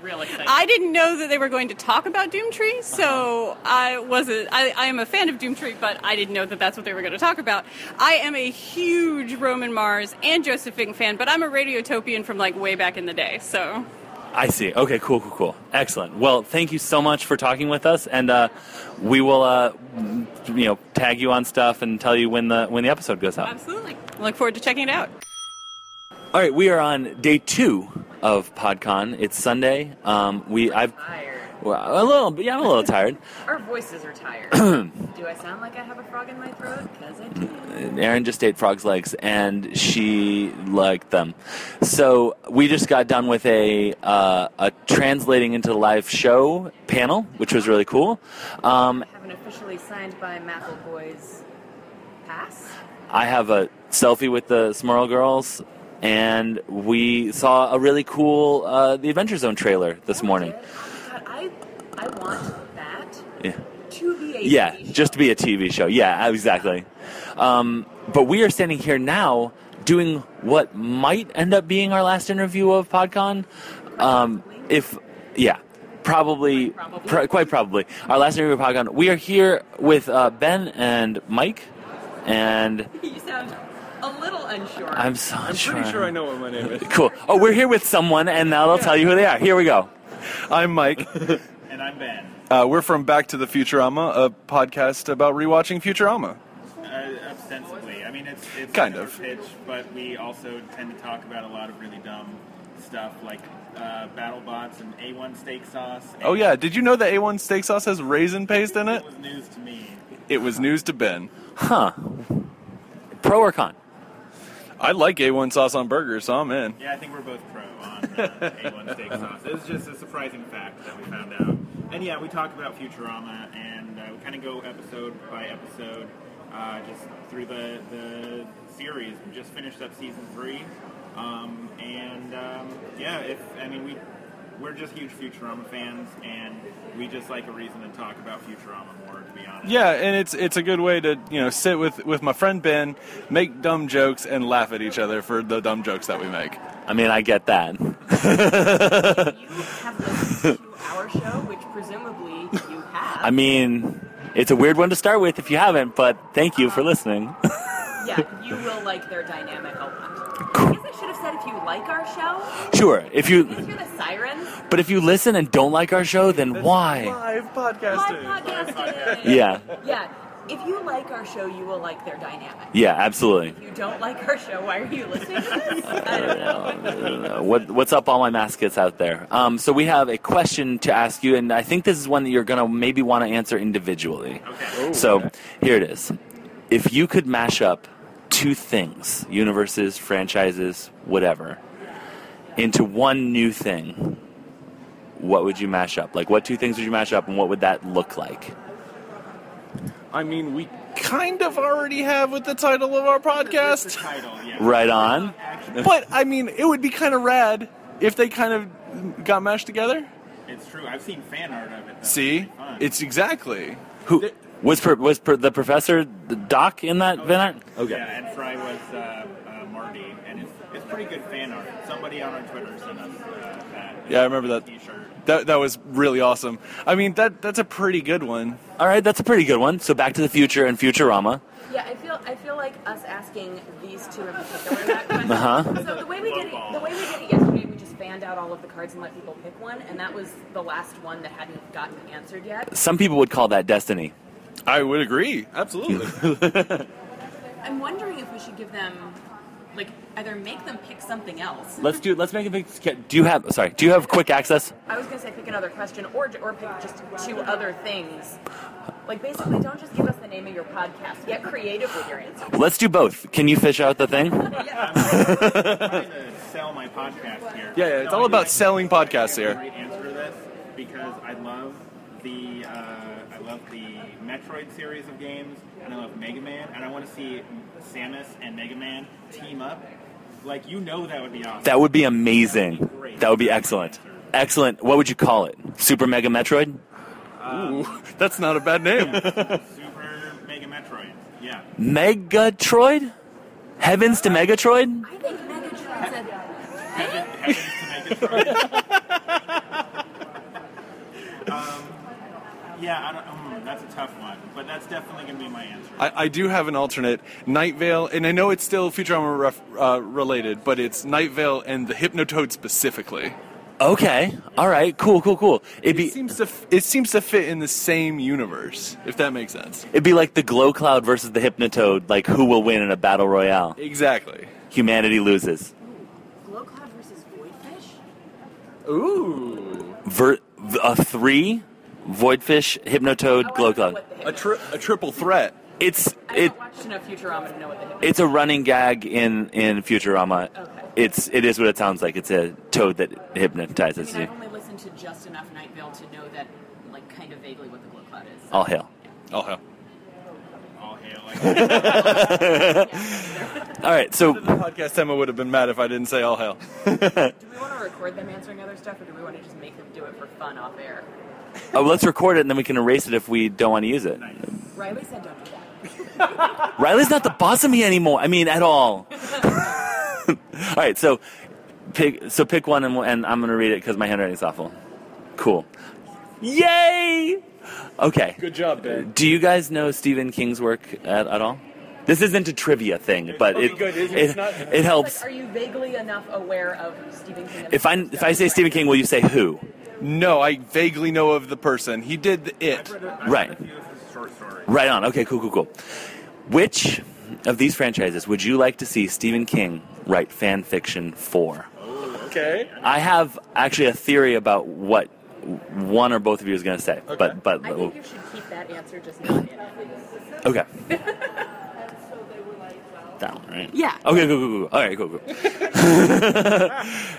Speaker 16: I didn't know that they were going to talk about Doomtree, so I wasn't. I, I am a fan of Doomtree, but I didn't know that that's what they were going to talk about. I am a huge Roman Mars and Joseph Fink fan, but I'm a Radiotopian from like way back in the day. So
Speaker 2: I see. Okay, cool, cool, cool. Excellent. Well, thank you so much for talking with us, and uh, we will, uh,
Speaker 16: Mm-hmm.
Speaker 2: you know, tag you on stuff and tell you when the when the episode goes out.
Speaker 16: absolutely, look forward to checking it out.
Speaker 2: All right, we are on day two of PodCon. It's Sunday. Um, we I've well, a little, bit- yeah, I'm a little tired.
Speaker 3: Our voices are tired. Do I sound like I have a frog in my throat? Because I do.
Speaker 2: Erin just ate frog's legs, and she liked them. So we just got done with a uh, a translating into live show panel, which was really cool. Um,
Speaker 3: I have an officially signed by Mackle Boys pass.
Speaker 2: I have a selfie with the Smurl girls, and we saw a really cool uh, the Adventure Zone trailer this morning.
Speaker 3: God, I, I want that
Speaker 2: Yeah.
Speaker 3: to be a
Speaker 2: Yeah, just to be a TV show. Yeah, exactly. Um, but we are standing here now doing what might end up being our last interview of PodCon. Um, if, yeah, probably, pr- quite probably. Our last interview of PodCon. We are here with uh, Ben and Mike, and
Speaker 3: You sound a little unsure.
Speaker 2: I'm so
Speaker 1: I'm pretty sure I know what my name is.
Speaker 2: cool. Oh, we're here with someone, and now they'll tell you who they are. Here we go.
Speaker 1: I'm Mike.
Speaker 17: And I'm Ben.
Speaker 1: Uh, we're from Back to the Futurama, a podcast about rewatching Futurama.
Speaker 18: Uh, ostensibly. I mean, it's, it's
Speaker 1: Kind
Speaker 18: like
Speaker 1: of.
Speaker 18: our pitch, but we also tend to talk about a lot of really dumb stuff like uh, battle bots and A1 steak sauce.
Speaker 1: Oh yeah, did you know that A1 steak sauce has raisin paste in
Speaker 18: It
Speaker 1: it?
Speaker 18: was news to me.
Speaker 1: It was news to Ben.
Speaker 2: Huh. Pro or con?
Speaker 1: I like A1 sauce on burgers, so I'm in.
Speaker 18: Yeah, I think we're both pro on uh, A1 steak sauce. It was just a surprising fact that we found out. And yeah, we talk about Futurama, and uh, we kind of go episode by episode, uh, just through the, the series. We just finished up season three, um, and um, yeah, if I mean we. We're just huge Futurama fans, and we just like a reason to talk about Futurama more, to be honest.
Speaker 1: Yeah, and it's it's a good way to you know sit with with my friend Ben, make dumb jokes, and laugh at each other for the dumb jokes that we make.
Speaker 2: I mean, I get that.
Speaker 3: Our show, which presumably you have.
Speaker 2: I mean, it's a weird one to start with if you haven't, but thank you for
Speaker 1: Uh-huh.
Speaker 2: listening.
Speaker 3: yeah, you will like their dynamic a lot. I guess I should have said if you like our show.
Speaker 2: sure, if
Speaker 3: Did you
Speaker 2: you
Speaker 3: hear the sirens?
Speaker 2: but if you listen and don't like our show, then why?
Speaker 1: Live podcasting.
Speaker 3: Live podcasting.
Speaker 2: Yeah.
Speaker 3: Yeah. If you like our show, you will like their dynamic.
Speaker 2: Yeah, absolutely.
Speaker 3: If you don't like our show, why are you listening to this? I don't know.
Speaker 2: Uh, what, what's up, all my mascots out there? Um, so we have a question to ask you, and I think this is one that you're gonna maybe want to answer individually.
Speaker 18: Ooh.
Speaker 2: So here it is: If you could mash up two things, universes, franchises, whatever, into one new thing, what would you mash up? Like, what two things would you mash up, and what would that look like?
Speaker 1: I mean, we kind of already have with the title of our podcast.
Speaker 2: Right on.
Speaker 1: but I mean, it would be kind of rad if they kind of got mashed together.
Speaker 18: It's true. I've seen fan art of it. Though.
Speaker 1: See, it's exactly.
Speaker 2: Who was per, was per, the professor the doc in that Van Art? Okay.
Speaker 18: Yeah, and Fry was uh, uh, Marty, and it's, it's pretty good fan art. Somebody on our Twitter sent us uh, that.
Speaker 1: Yeah, I remember that. That that was really awesome. I mean, that that's a pretty good one.
Speaker 2: All right, that's a pretty good one. So Back to the Future and Futurama.
Speaker 3: Yeah, I feel I feel like us asking these two in particular. That question.
Speaker 2: Uh-huh.
Speaker 3: So the way we did it, the way we did it yesterday, we just fanned out all of the cards and let people pick one, and that was the last one that hadn't gotten answered yet.
Speaker 2: Some people would call that destiny.
Speaker 1: I would agree. Absolutely.
Speaker 3: I'm wondering if we should give them, like, either make them pick something else.
Speaker 2: let's do. Let's make a big. Do you have? Sorry. Do you have quick access?
Speaker 3: I was gonna say pick another question or or pick just two other things. Like basically, don't just give us the name of your podcast. Get creative with your answer.
Speaker 2: Let's do both. Can you fish out the thing?
Speaker 18: trying to sell my podcast here.
Speaker 1: Yeah, yeah, it's all about selling podcasts here.
Speaker 18: Great answer to this because I love the uh, I love the Metroid series of games, and I love Mega Man, and I want to see Samus and Mega Man team up. Like you know that would be awesome.
Speaker 2: That would be amazing. That would be excellent. Excellent. What would you call it? Super Mega Metroid?
Speaker 1: Ooh, that's not a bad name.
Speaker 18: Super Mega Metroid. Yeah.
Speaker 2: Megatroid? Heavens to Megatroid?
Speaker 18: I think Megatroid's a. um, yeah, I don't. mm, that's a tough one, but that's definitely gonna be my answer.
Speaker 1: I, I do have an alternate Night Vale, and I know it's still Futurama ref, uh, related, but it's Night Vale and the Hypnotoad specifically.
Speaker 2: Okay. All right. Cool. Cool. Cool. It'd be,
Speaker 1: it seems to f- it seems to fit in the same universe, if that makes sense.
Speaker 2: It'd be like the Glow Cloud versus the Hypnotoad. Like, who will win in a battle royale?
Speaker 1: Exactly.
Speaker 2: Humanity loses.
Speaker 7: Glow cloud versus void fish.
Speaker 1: Ooh.
Speaker 2: Ver- a three, Voidfish, Hypnotoad, Glow Cloud.
Speaker 1: A, tri- a triple threat.
Speaker 2: It's
Speaker 7: I
Speaker 2: it
Speaker 7: haven't watched enough Futurama to know what the hip.
Speaker 2: it's a running gag in in Futurama. It's it is what it sounds like. It's a toad that
Speaker 7: I
Speaker 2: hypnotizes
Speaker 7: mean, I've
Speaker 2: you.
Speaker 7: only listened to just enough Night Vale to know that, like, kind of vaguely what the glow cloud is.
Speaker 2: All hail.
Speaker 1: All hail.
Speaker 18: All hail.
Speaker 2: All right, so
Speaker 1: podcast Emma would have been mad if I didn't say all hell.
Speaker 7: Do we want to record them answering other stuff, or do we want to just make them do it for fun off air?
Speaker 2: Oh, let's record it and then we can erase it if we don't want to use it.
Speaker 7: Riley said, "Don't do that."
Speaker 2: Riley's not the boss of me anymore. I mean, at all. all right, so pick so pick one and, we'll- and I'm gonna read it because my handwriting's awful. Cool. Yay! Okay.
Speaker 1: Good job, Ben.
Speaker 2: Do you guys know Stephen King's work at, at all? This isn't a trivia thing, but it
Speaker 7: Good,
Speaker 2: it,
Speaker 7: it's
Speaker 1: not-
Speaker 2: it helps.
Speaker 7: Like, are you vaguely enough aware of Stephen King? and
Speaker 2: If I if I say Stephen King, will you say who?
Speaker 1: No, I vaguely know of the person. He did the it.
Speaker 2: Right. Right on. Okay, cool, cool, cool. Which of these franchises would you like to see Stephen King write fan fiction for?
Speaker 1: Okay.
Speaker 2: I have actually a theory about what one or both of you is going to say, but but
Speaker 7: I think you should keep that answer just not in it.
Speaker 2: okay. That one, right?
Speaker 7: Yeah.
Speaker 2: Okay, cool, cool, cool. All right, cool, cool.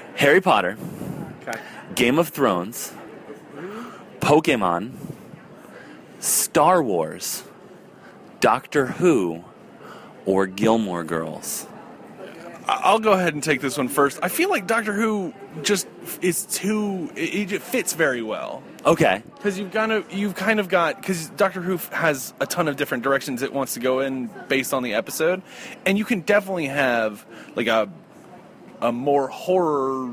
Speaker 2: Harry Potter,
Speaker 1: Okay.
Speaker 2: Game of Thrones, Pokemon, Star Wars, Doctor Who, or Gilmore Girls.
Speaker 1: I- I'll go ahead and take this one first. I feel like Doctor Who just f- is too. It, it just fits very well.
Speaker 2: Okay.
Speaker 1: Because you've kind of you've kind of got because Doctor Who f- has a ton of different directions it wants to go in based on the episode, and you can definitely have like a a more horror,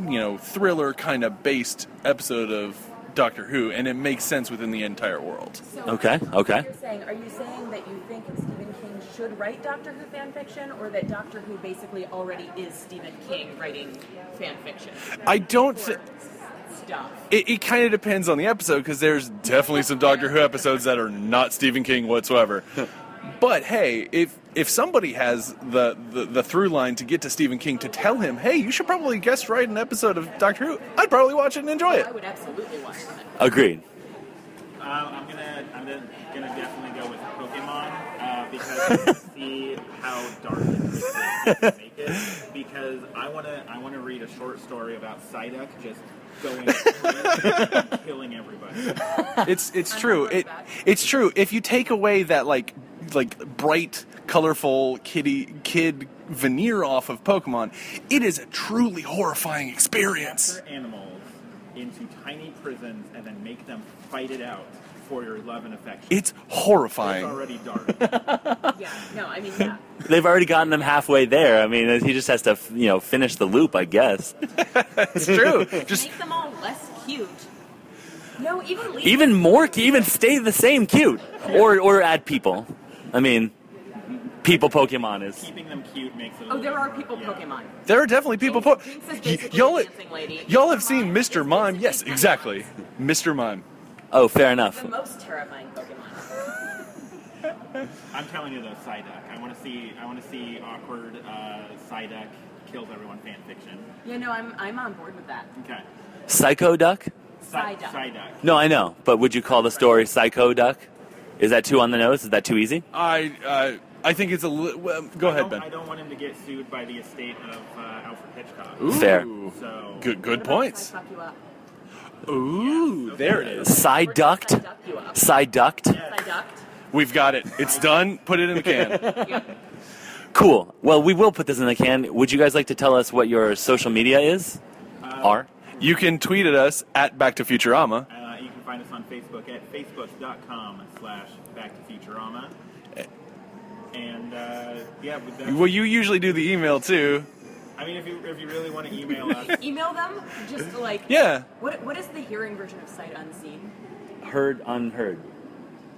Speaker 1: you know, thriller kind of based episode of Doctor Who, and it makes sense within the entire world.
Speaker 7: So,
Speaker 2: Okay, okay.
Speaker 7: You're saying, are you saying that you think Stephen King should write Doctor Who fan fiction, or that Doctor Who basically already is Stephen King writing fan fiction?
Speaker 1: I don't. Th-
Speaker 7: Stuff.
Speaker 1: It, it kind of depends on the episode because there's definitely some Doctor Who episodes that are not Stephen King whatsoever. but hey, if if somebody has the, the the through line to get to Stephen King to tell him, hey, you should probably guest write an episode of Doctor Who, I'd probably watch it and enjoy it.
Speaker 7: I would absolutely watch that.
Speaker 2: Agreed.
Speaker 18: Um, I'm gonna, I'm gonna, gonna definitely go with Pokemon uh, because I wanna see how dark it is to make it. Because I wanna, I wanna read a short story about Psyduck just going and killing everybody.
Speaker 1: It's it's true. It it's true. If you take away that like like bright, colorful kitty kid veneer off of Pokemon, it is a truly horrifying experience.
Speaker 18: Capture animals into tiny prisons and then make them fight it out for your love and affection.
Speaker 1: It's horrifying.
Speaker 18: It's already dark.
Speaker 7: yeah. No, I mean, yeah.
Speaker 2: They've already gotten them halfway there. I mean, he just has to, you know, finish the loop, I guess.
Speaker 1: it's true.
Speaker 7: make them all less cute. No, even leave
Speaker 2: even more, even stay the same cute, or or add people. I mean, people Pokemon is.
Speaker 18: Keeping them cute makes it.
Speaker 7: Oh, there are people Pokemon.
Speaker 1: There are definitely people. Po-
Speaker 7: Jinx is
Speaker 1: Y-
Speaker 7: basically
Speaker 1: y'all,
Speaker 7: a dancing lady.
Speaker 1: y'all have seen Mr. Mime. Yes, exactly. Mr. Mime.
Speaker 2: Oh, fair enough.
Speaker 7: The most terrifying Pokemon.
Speaker 18: I'm telling you though, Psyduck. I want to see. I want to see awkward uh, Psyduck kills everyone fan fiction.
Speaker 7: yeah, no, I'm I'm on board with that.
Speaker 18: Okay.
Speaker 2: Psycho Duck?
Speaker 18: Psy- Psyduck.
Speaker 2: No, I know, but would you call the story Psycho Duck? Is that too on the nose? Is that too easy?
Speaker 1: I uh, I think it's a. Li- well, go
Speaker 18: I
Speaker 1: ahead,
Speaker 18: don't-
Speaker 1: Ben.
Speaker 18: I don't want him to get sued by the estate of uh, Alfred Hitchcock.
Speaker 2: Ooh. Fair.
Speaker 18: So
Speaker 1: Good good
Speaker 7: I
Speaker 1: points.
Speaker 7: fuck you up.
Speaker 1: Ooh, there it is.
Speaker 2: Psyducked? Psyducked?
Speaker 7: Psyducked.
Speaker 1: We've got it. It's done. Put it in the can.
Speaker 2: Cool. Well, we will put this in the can. Would you guys like to tell us what your social media is? Are?
Speaker 1: Uh, You can tweet at us at Back to Futurama.
Speaker 18: Uh, you can find us on Facebook at facebook.com slash back to Futurama. And uh, yeah, with that,
Speaker 1: Well, you usually do the email too.
Speaker 18: I mean, if you if you really want to email us,
Speaker 3: Email them just like
Speaker 1: Yeah.
Speaker 3: What what is the hearing version of sight unseen?
Speaker 2: Heard unheard.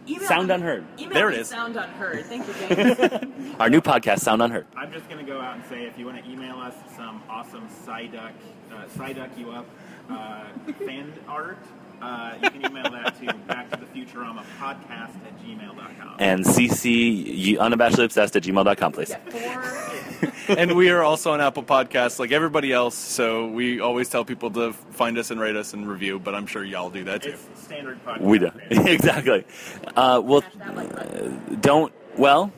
Speaker 3: Email
Speaker 2: Sound
Speaker 3: them-
Speaker 2: Unheard.
Speaker 3: Email
Speaker 2: There
Speaker 3: me
Speaker 2: it is.
Speaker 3: Sound unheard. Thank you, James.
Speaker 2: Our new podcast, Sound Unheard.
Speaker 18: I'm just gonna go out and say if you want to email us some awesome Psyduck, uh, Psyduck you up uh, fan art, uh, you can email that to back to the Futurama podcast at gmail.com.
Speaker 2: And CC you- unabashedly obsessed at gmail.com, please.
Speaker 1: and we are also on Apple Podcasts like everybody else, so we always tell people to find us and rate us and review, but I'm sure y'all do that too.
Speaker 18: It's standard podcast.
Speaker 2: We do. exactly. Uh, well, uh, don't. Well,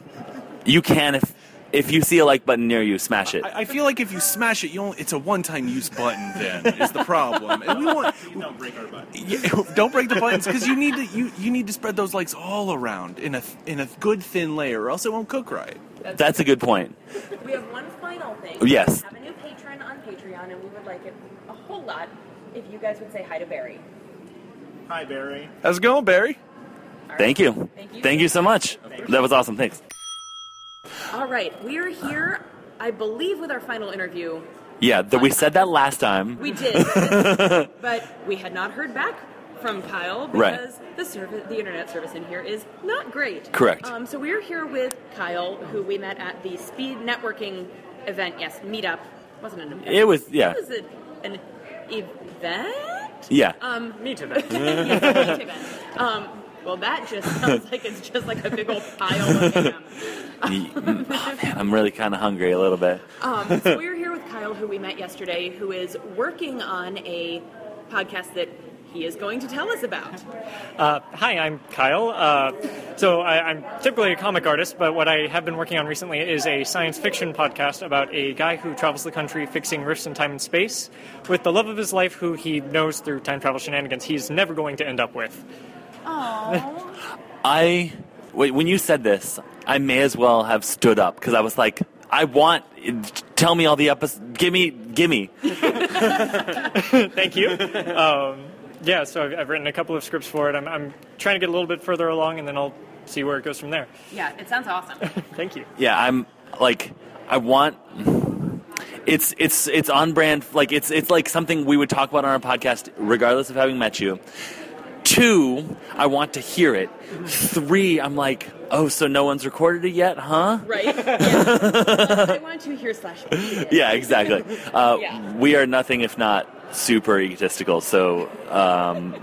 Speaker 2: you can if if you see a like button near you, smash it.
Speaker 1: I, I feel like if you smash it, you only, it's a one-time use button. Then is the problem, and we want
Speaker 18: don't break our buttons.
Speaker 1: yeah, don't break the buttons because you need to you, you need to spread those likes all around in a in a good thin layer, or else it won't cook right.
Speaker 2: That's a good point.
Speaker 3: we have one final thing.
Speaker 2: Yes.
Speaker 3: We have a new patron on Patreon, and we would like it a whole lot if you guys would say hi to Barry.
Speaker 18: Hi, Barry.
Speaker 1: How's it going, Barry?
Speaker 2: Thank you.
Speaker 3: Thank you.
Speaker 2: Thank you so much.
Speaker 3: Thank you.
Speaker 2: That was awesome. Thanks.
Speaker 3: All right, we are here, I believe, with our final interview.
Speaker 2: Yeah, th- we said that last time.
Speaker 3: We did, but we had not heard back from Kyle
Speaker 2: Right.
Speaker 3: because the service, the internet service in here is not great.
Speaker 2: Correct.
Speaker 3: Um, so we are here with Kyle, who we met at the speed networking event. Yes, meetup wasn't an event.
Speaker 2: It was- yeah.
Speaker 3: It was a, an event.
Speaker 2: yeah.
Speaker 3: Um, meet event. yes, meet event. Um, well, that just sounds like it's just like a big old pile of ham.
Speaker 2: Ye- mm, oh, man, I'm really kind of hungry a little bit.
Speaker 3: Um, so we're here with Kyle, who we met yesterday, who is working on a podcast that he is going to tell us about.
Speaker 19: Uh, hi, I'm Kyle. Uh, so I, I'm typically a comic artist, but what I have been working on recently is a science fiction podcast about a guy who travels the country fixing rifts in time and space with the love of his life, who he knows through time travel shenanigans he's never going to end up with.
Speaker 2: I wait, when you said this, I may as well have stood up because I was like, I want. Tell me all the episodes. Give me, give me.
Speaker 19: Thank you. Um, yeah, so I've, I've written a couple of scripts for it. I'm, I'm trying to get a little bit further along, and then I'll see where it goes from there.
Speaker 3: Yeah, it sounds awesome.
Speaker 19: Thank you.
Speaker 2: Yeah, I'm like, I want. It's it's it's on brand. Like it's it's like something we would talk about on our podcast, regardless of having met you. Two, I want to hear it. Three, I'm like, oh, so no one's recorded it yet, huh?
Speaker 3: Right? Yeah. I want to hear slash.
Speaker 2: yeah, exactly. Uh,
Speaker 3: Yeah.
Speaker 2: We are nothing if not super egotistical. So um,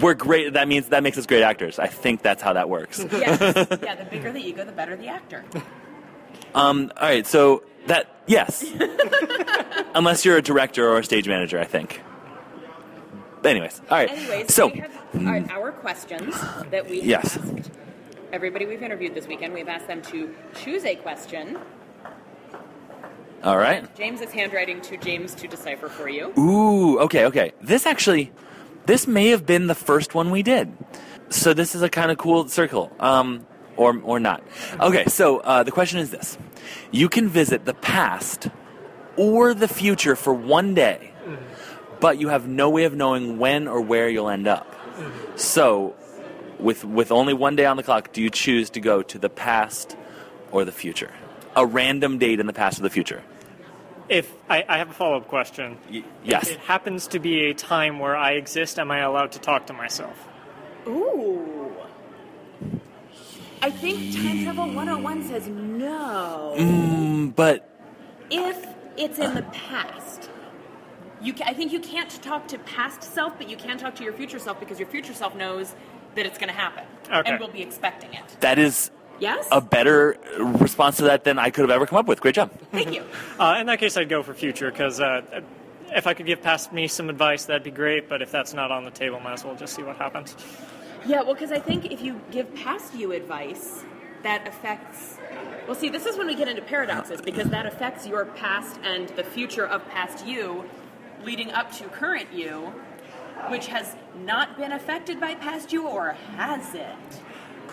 Speaker 2: we're great. That means that makes us great actors. I think that's how that works.
Speaker 3: Yes. Yeah, the bigger the ego, the better the actor.
Speaker 2: um, all right. So that yes, unless you're a director or a stage manager, I think. Anyways, all right.
Speaker 3: Anyways,
Speaker 2: so mm.
Speaker 3: we have our, our questions that we have
Speaker 2: Yes.
Speaker 3: asked everybody we've interviewed this weekend. We've asked them to choose a question.
Speaker 2: all right.
Speaker 3: James is handwriting to James to decipher for you.
Speaker 2: Ooh, okay, okay. This actually, this may have been the first one we did. So this is a kind of cool circle, um, or or not. Okay, so uh, the question is this: You can visit the past or the future for one day, but you have no way of knowing when or where you'll end up. So, with with only one day on the clock, do you choose to go to the past or the future? A random date in the past or the future?
Speaker 19: If I, I have a follow up question.
Speaker 2: yes.
Speaker 19: If it happens to be a time where I exist, am I allowed to talk to myself?
Speaker 3: Ooh. I think Time Travel 101 says no.
Speaker 2: Mm, but
Speaker 3: If it's in the past. You ca I think you can't talk to past self, but you can talk to your future self because your future self knows that it's going to happen
Speaker 2: Okay.
Speaker 3: and will be expecting it.
Speaker 2: That is
Speaker 3: Yes?
Speaker 2: a better response to that than I could have ever come up with. Great job.
Speaker 3: Thank you.
Speaker 19: Uh, in that case, I'd go for future because uh, if I could give past me some advice, that'd be great. But if that's not on the table, might as well just see what happens.
Speaker 3: Yeah, well, because I think if you give past you advice, that affects. Well, see, this is when we get into paradoxes because that affects your past and the future of past you, leading up to current you, which has not been affected by past you, or has it?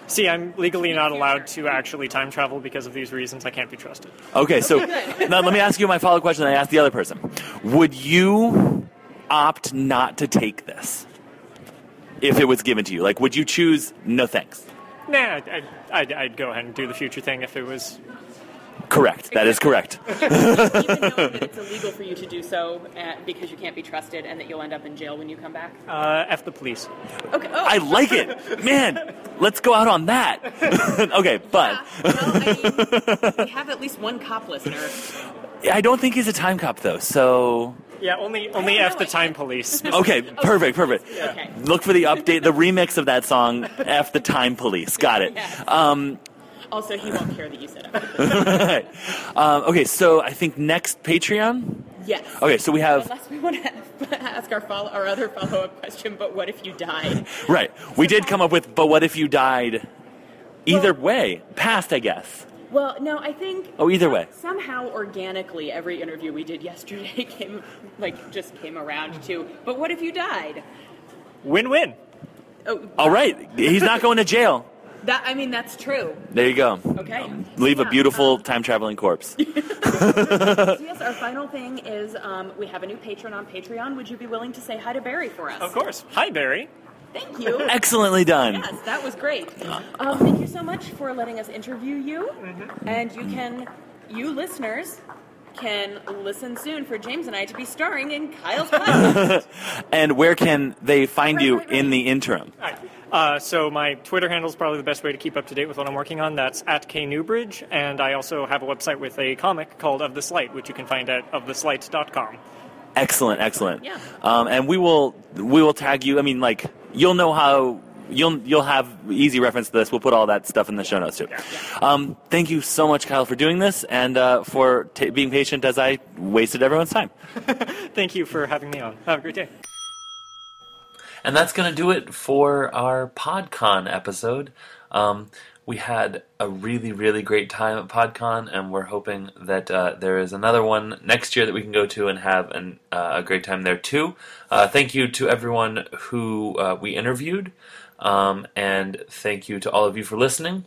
Speaker 19: see, I'm legally not allowed to actually time travel because of these reasons. I can't be trusted.
Speaker 20: Okay, so now let me ask you my follow-up question that I asked the other person. Would you opt not to take this if it was given to you? Like, would you choose no thanks?
Speaker 19: Nah, I'd, I'd, I'd go ahead and do the future thing if it was.
Speaker 20: Correct. That is correct.
Speaker 3: It's illegal for you to do so uh, because you can't be trusted and that you'll end up in jail when you come back.
Speaker 19: Uh, F the police.
Speaker 3: Okay. Oh.
Speaker 20: I like it, man. Let's go out on that. okay, but
Speaker 3: we have at least one cop listener.
Speaker 20: I don't think he's a time cop though. So
Speaker 19: Yeah, only only F the time police.
Speaker 20: okay, perfect, perfect.
Speaker 3: Okay.
Speaker 20: Look for the update, the remix of that song, "F the Time Police." Got it. Um,
Speaker 3: Also, he won't care that you said it.
Speaker 20: um, okay, so I think next Patreon.
Speaker 3: Yes.
Speaker 20: Okay, so we have
Speaker 3: Unless we want to ask our follow- our other follow up question, but what if you died?
Speaker 20: right. We did come up with, but what if you died? Either way, past, I guess.
Speaker 3: Well, no, I think.
Speaker 20: Oh, either way.
Speaker 3: Somehow, organically, every interview we did yesterday came, like, just came around to. But what if you died?
Speaker 19: Win-win.
Speaker 3: Oh,
Speaker 20: All right, he's not going to jail.
Speaker 3: that I mean, that's true.
Speaker 20: There you go.
Speaker 3: Okay.
Speaker 20: Leave a
Speaker 3: Yeah. uh,
Speaker 20: beautiful time traveling corpse.
Speaker 3: So yes, our final thing is um, we have a new patron on Patreon. Would you be willing to say hi to Barry for us?
Speaker 19: Of course. Hi, Barry.
Speaker 3: Thank you.
Speaker 20: Excellently done.
Speaker 3: Yes, that was great. Um, thank you so much for letting us interview you. And you can, you listeners, can listen soon for James and I to be starring in Kyle's podcast.
Speaker 20: and where can they find you in the interim?
Speaker 19: Uh, so my Twitter handle is probably the best way to keep up to date with what I'm working on. That's at knewbridge, and I also have a website with a comic called Of This Light, which you can find at oftheslight.com.
Speaker 20: Excellent, excellent.
Speaker 19: Yeah.
Speaker 20: Um, and we will we will tag you. I mean, like you'll know how you'll you'll have easy reference to this. We'll put all that stuff in the show notes too. Um, thank you so much, Kyle, for doing this and uh, for ta being patient as I wasted everyone's time.
Speaker 19: Thank you for having me on. Have a great day.
Speaker 2: And that's going to do it for our PodCon episode. Um, we had a really, really great time at PodCon, and we're hoping that uh, there is another one next year that we can go to and have an, uh, a great time there too. Uh, thank you to everyone who uh, we interviewed, um, and thank you to all of you for listening.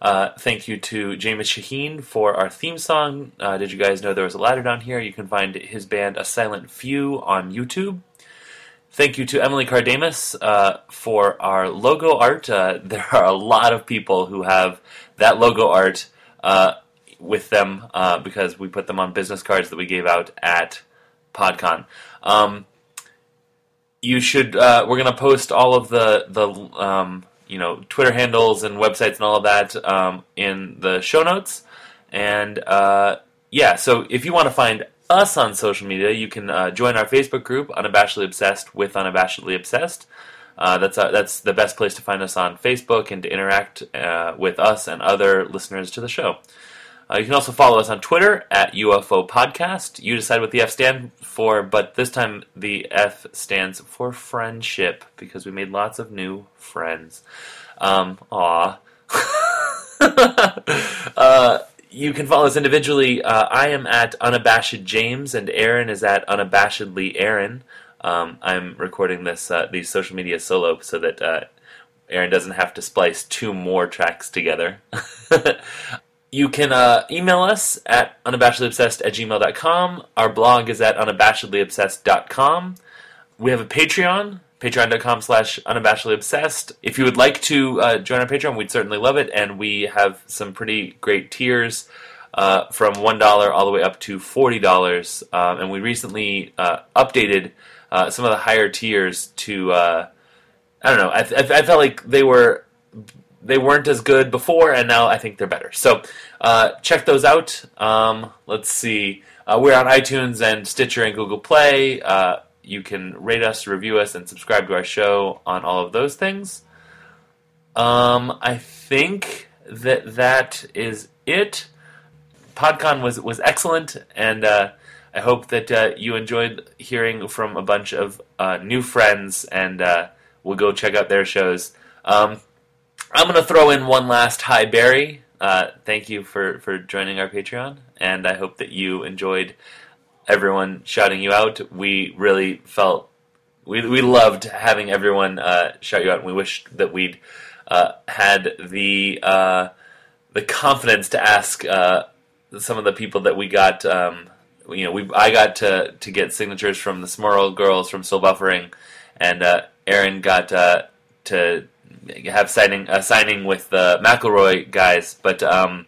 Speaker 2: Uh, thank you to James Shaheen for our theme song. Uh, did you guys know there was a ladder down here? You can find his band A Silent Few on YouTube. Thank you to Emily Cardamus uh, for our logo art. Uh, there are a lot of people who have that logo art uh, with them uh, because we put them on business cards that we gave out at PodCon. Um, you should. Uh, we're gonna post all of the the um, you know Twitter handles and websites and all of that um, in the show notes. And uh, yeah, so if you want to find us on social media, you can uh, join our Facebook group, Unabashedly Obsessed with Unabashedly Obsessed. Uh, that's our, that's the best place to find us on Facebook and to interact uh, with us and other listeners to the show. Uh, you can also follow us on Twitter at UFO Podcast. You decide what the F stand for, but this time the F stands for friendship because we made lots of new friends. Um, aw. uh, you can follow us individually. Uh, I am at unabashed James, and Aaron is at unabashedly Aaron. Um, I'm recording this uh, these social media solo so that uh, Aaron doesn't have to splice two more tracks together. you can uh, email us at unabashedlyobsessed at gmail.com. Our blog is at unabashedlyobsessed.com. We have a Patreon, patreon.com slash unabashedlyobsessed. If you would like to uh, join our Patreon, we'd certainly love it. And we have some pretty great tiers uh, from $1 all the way up to $40. Um, and we recently uh, updated uh, some of the higher tiers to, uh, I don't know, I, th- I th- I felt like they were they weren't as good before, and now I think they're better. So uh, check those out. Um, let's see. Uh, we're on iTunes and Stitcher and Google Play. Uh, you can rate us, review us, and subscribe to our show on all of those things. Um, I think that that is it. PodCon was was excellent, and uh, I hope that uh, you enjoyed hearing from a bunch of uh, new friends, and uh, we'll go check out their shows. Um, I'm going to throw in one last hi, Barry. Uh, thank you for, for joining our Patreon, and I hope that you enjoyed everyone shouting you out. We really felt we we loved having everyone uh, shout you out, and we wish that we'd uh, had the uh, the confidence to ask uh, some of the people that we got. Um, you know, we I got to to get signatures from the Smurl girls from Soul Buffering, and uh, Aaron got uh, to have signing uh, signing with the McElroy guys, but um,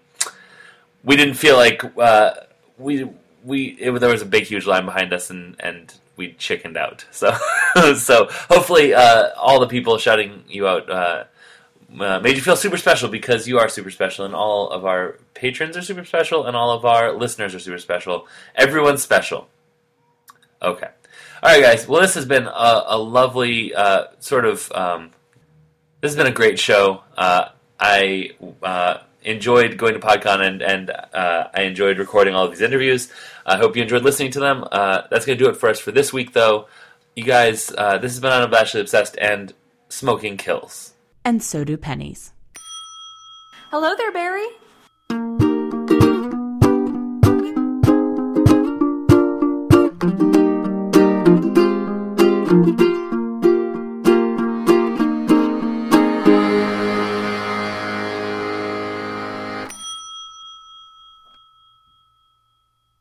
Speaker 2: we didn't feel like uh, we we it, was- there was a big huge line behind us and and we chickened out. So so hopefully uh, all the people shouting you out. Uh, uh, made you feel super special because you are super special, and all of our patrons are super special, and all of our listeners are super special. Everyone's special. Okay. All right, guys. Well, this has been a, a lovely uh, sort of. Um, this has been a great show. Uh, I uh, enjoyed going to PodCon and, and uh, I enjoyed recording all of these interviews. I hope you enjoyed listening to them. Uh, that's going to do it for us for this week, though. You guys, uh, this has been Unabashedly Obsessed and Smoking Kills.
Speaker 3: And so do pennies.
Speaker 8: Hello there, Barry.